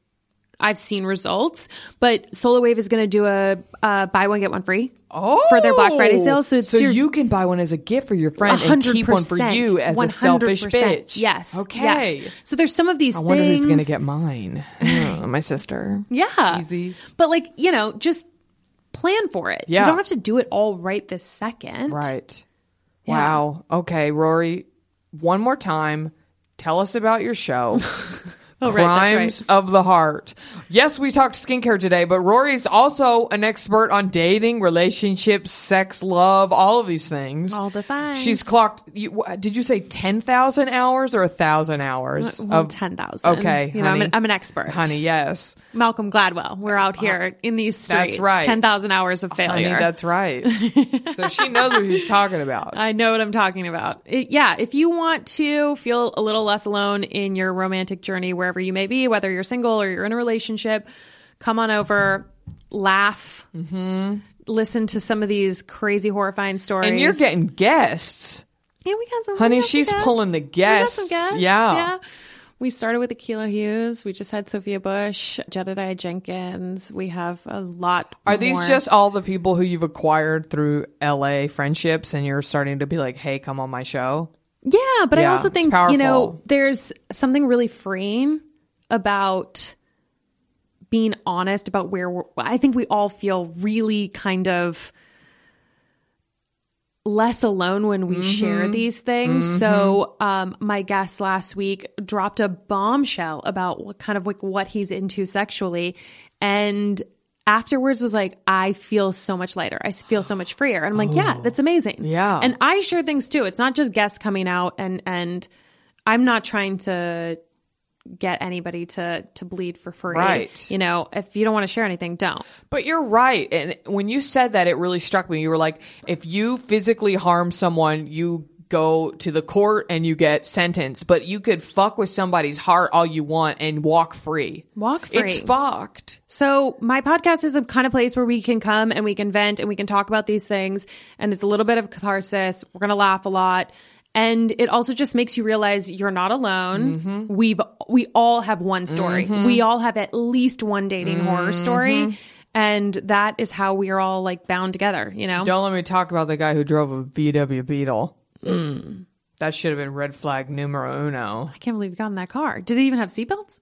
I've seen results, but SolarWave is going to do a uh, buy one get one free for their Black Friday sale. So it's
Oh, so
your-
you can buy one as a gift for your friend and keep one for
100%,
you as a selfish
100%.
bitch.
Yes.
Okay.
yes. So there's some of these
I wonder
things.
who's going to get mine. Yeah, my sister.
Yeah.
Easy.
But like, you know, just plan for it.
Yeah.
You don't have to do it all right this second.
Right. Wow. Okay, Rory, one more time. Tell us about your show.
Oh, right, that's right.
Crimes of the Heart. Yes, we talked skincare today, but Rory's also an expert on dating, relationships, sex, love, all of these things.
All the things.
She's clocked. You, wha- did you say ten thousand hours or a thousand hours?
Uh, Well,
of-
10,000.
Okay,
You know, I'm
honey.
an, I'm an expert.
honey. Yes,
Malcolm Gladwell. We're out here in these
That's
streets.
right.
10,000 hours of failure.
honey. That's right. so she knows what she's talking about.
I know what I'm talking about. It- yeah, if you want to feel a little less alone in your romantic journey, wherever you may be, whether you're single or you're in a relationship, come on over, laugh, listen to some of these crazy, horrifying stories.
Mm-hmm. and you're getting guests.
Yeah, we got some.
Honey,
we got some
she's
guests.
pulling the
We got some
guests. Yeah.
We started with Akilah Hughes. We just had Sophia Bush, Jedediah Jenkins. We have a lot.
Are these
more.
just all the people who you've acquired through LA friendships and you're starting to be like, hey, come on my show?
Yeah, but I
Yeah,
also
it's
think you know
powerful.
there's something really freeing about being honest about where we're. I think we all feel really kind of less alone when we share these things. So, um, my guest last week dropped a bombshell about what kind of like what he's into sexually, and afterwards was like, "I feel so much lighter. I feel so much freer." And I'm like, "Yeah, that's amazing."
Yeah.
and I share things too. It's not just guests coming out and and I'm not trying to get anybody to to bleed for free.
Right.
You know, if you don't want to share anything, don't.
But you're right. And when you said that, it really struck me. You were like, if you physically harm someone, you go to the court and you get sentenced, but you could fuck with somebody's heart all you want and walk free.
Walk
It's
free.
fucked.
So my podcast is a kind of place where we can come and we can vent and we can talk about these things and it's a little bit of catharsis. We're going to laugh a lot. And it also just makes you realize you're not alone.
Mm-hmm.
We've we all have one story. We all have at least one dating horror
Mm-hmm.
story and that is how we are all like bound together, you know.
Don't let me talk about the guy who drove a VW Beetle. Hmm. That should have been red flag numero uno.
I can't believe you got in that car. Did it even have seatbelts?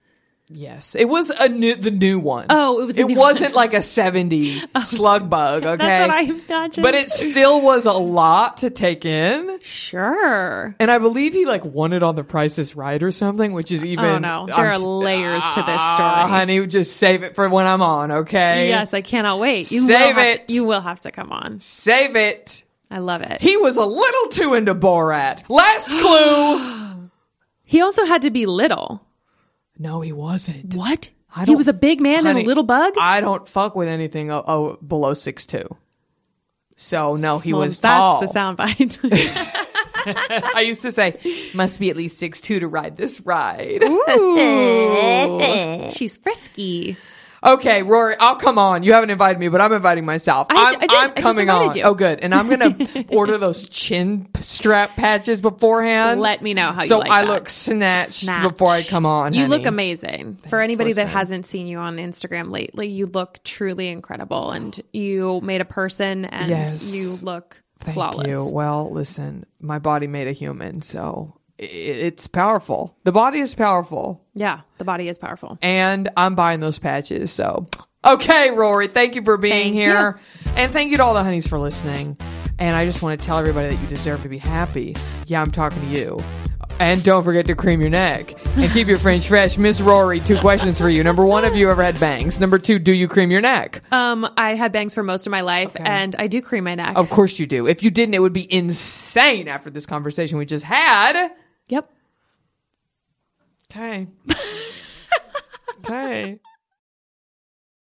Yes, it was a new the new one.
Oh, it was the
it
new Oh.
wasn't like a seventy slug bug. Okay,
what I imagined.
But it still was a lot to take in,
Sure.
and I believe he like won it on the Price is Right or something, which is even.
Oh no, there
I'm
are
t-
layers to this
Ah,
story.
honey, just save it for when I'm on. Okay,
Yes, I cannot wait. You
Save
will have
it.
To, you will have to come on.
save it.
I love it.
He was a little too into Borat. Last clue.
He also had to be little.
no, he wasn't.
What?
I
He
don't-
was a big man and
Honey,
a little bug.
I don't fuck with anything oh, oh, below six two. So no, he
Well,
was
that's
tall.
the soundbite.
I used to say, must be at least six two to ride this ride.
Ooh, she's frisky.
Okay, Rory, I'll come on. You haven't invited me, but I'm inviting myself.
I-
I'm,
I did.
am
I just
coming
invited
on.
you.
Oh, good. And I'm gonna order those chin strap patches beforehand.
Let me know how you
so
like
I
that.
look snatched,
Snatched.
before I come on.
You look
honey.
amazing. For anybody that hasn't seen you on Instagram lately, you look truly incredible and you made a person and
Yes.
you look
Thank
flawless.
you. Well, listen, my body made a human, so i- it's powerful. The body is powerful,
Yeah, the body is powerful.
and I'm buying those patches. So, okay, Rory, thank you for being
Thank
here, and thank you to all the honeys for listening. And I just want to tell everybody that you deserve to be happy. Yeah, I'm talking to you. And don't forget to cream your neck and keep your French fresh. Miss Rory, two questions for you. Number one, have you ever had bangs? Number two, do you cream your neck?
Um, I had bangs for most of my life and I do cream my neck.
Of course you do. If you didn't, it would be insane after this conversation we just had.
Yep.
Okay. okay.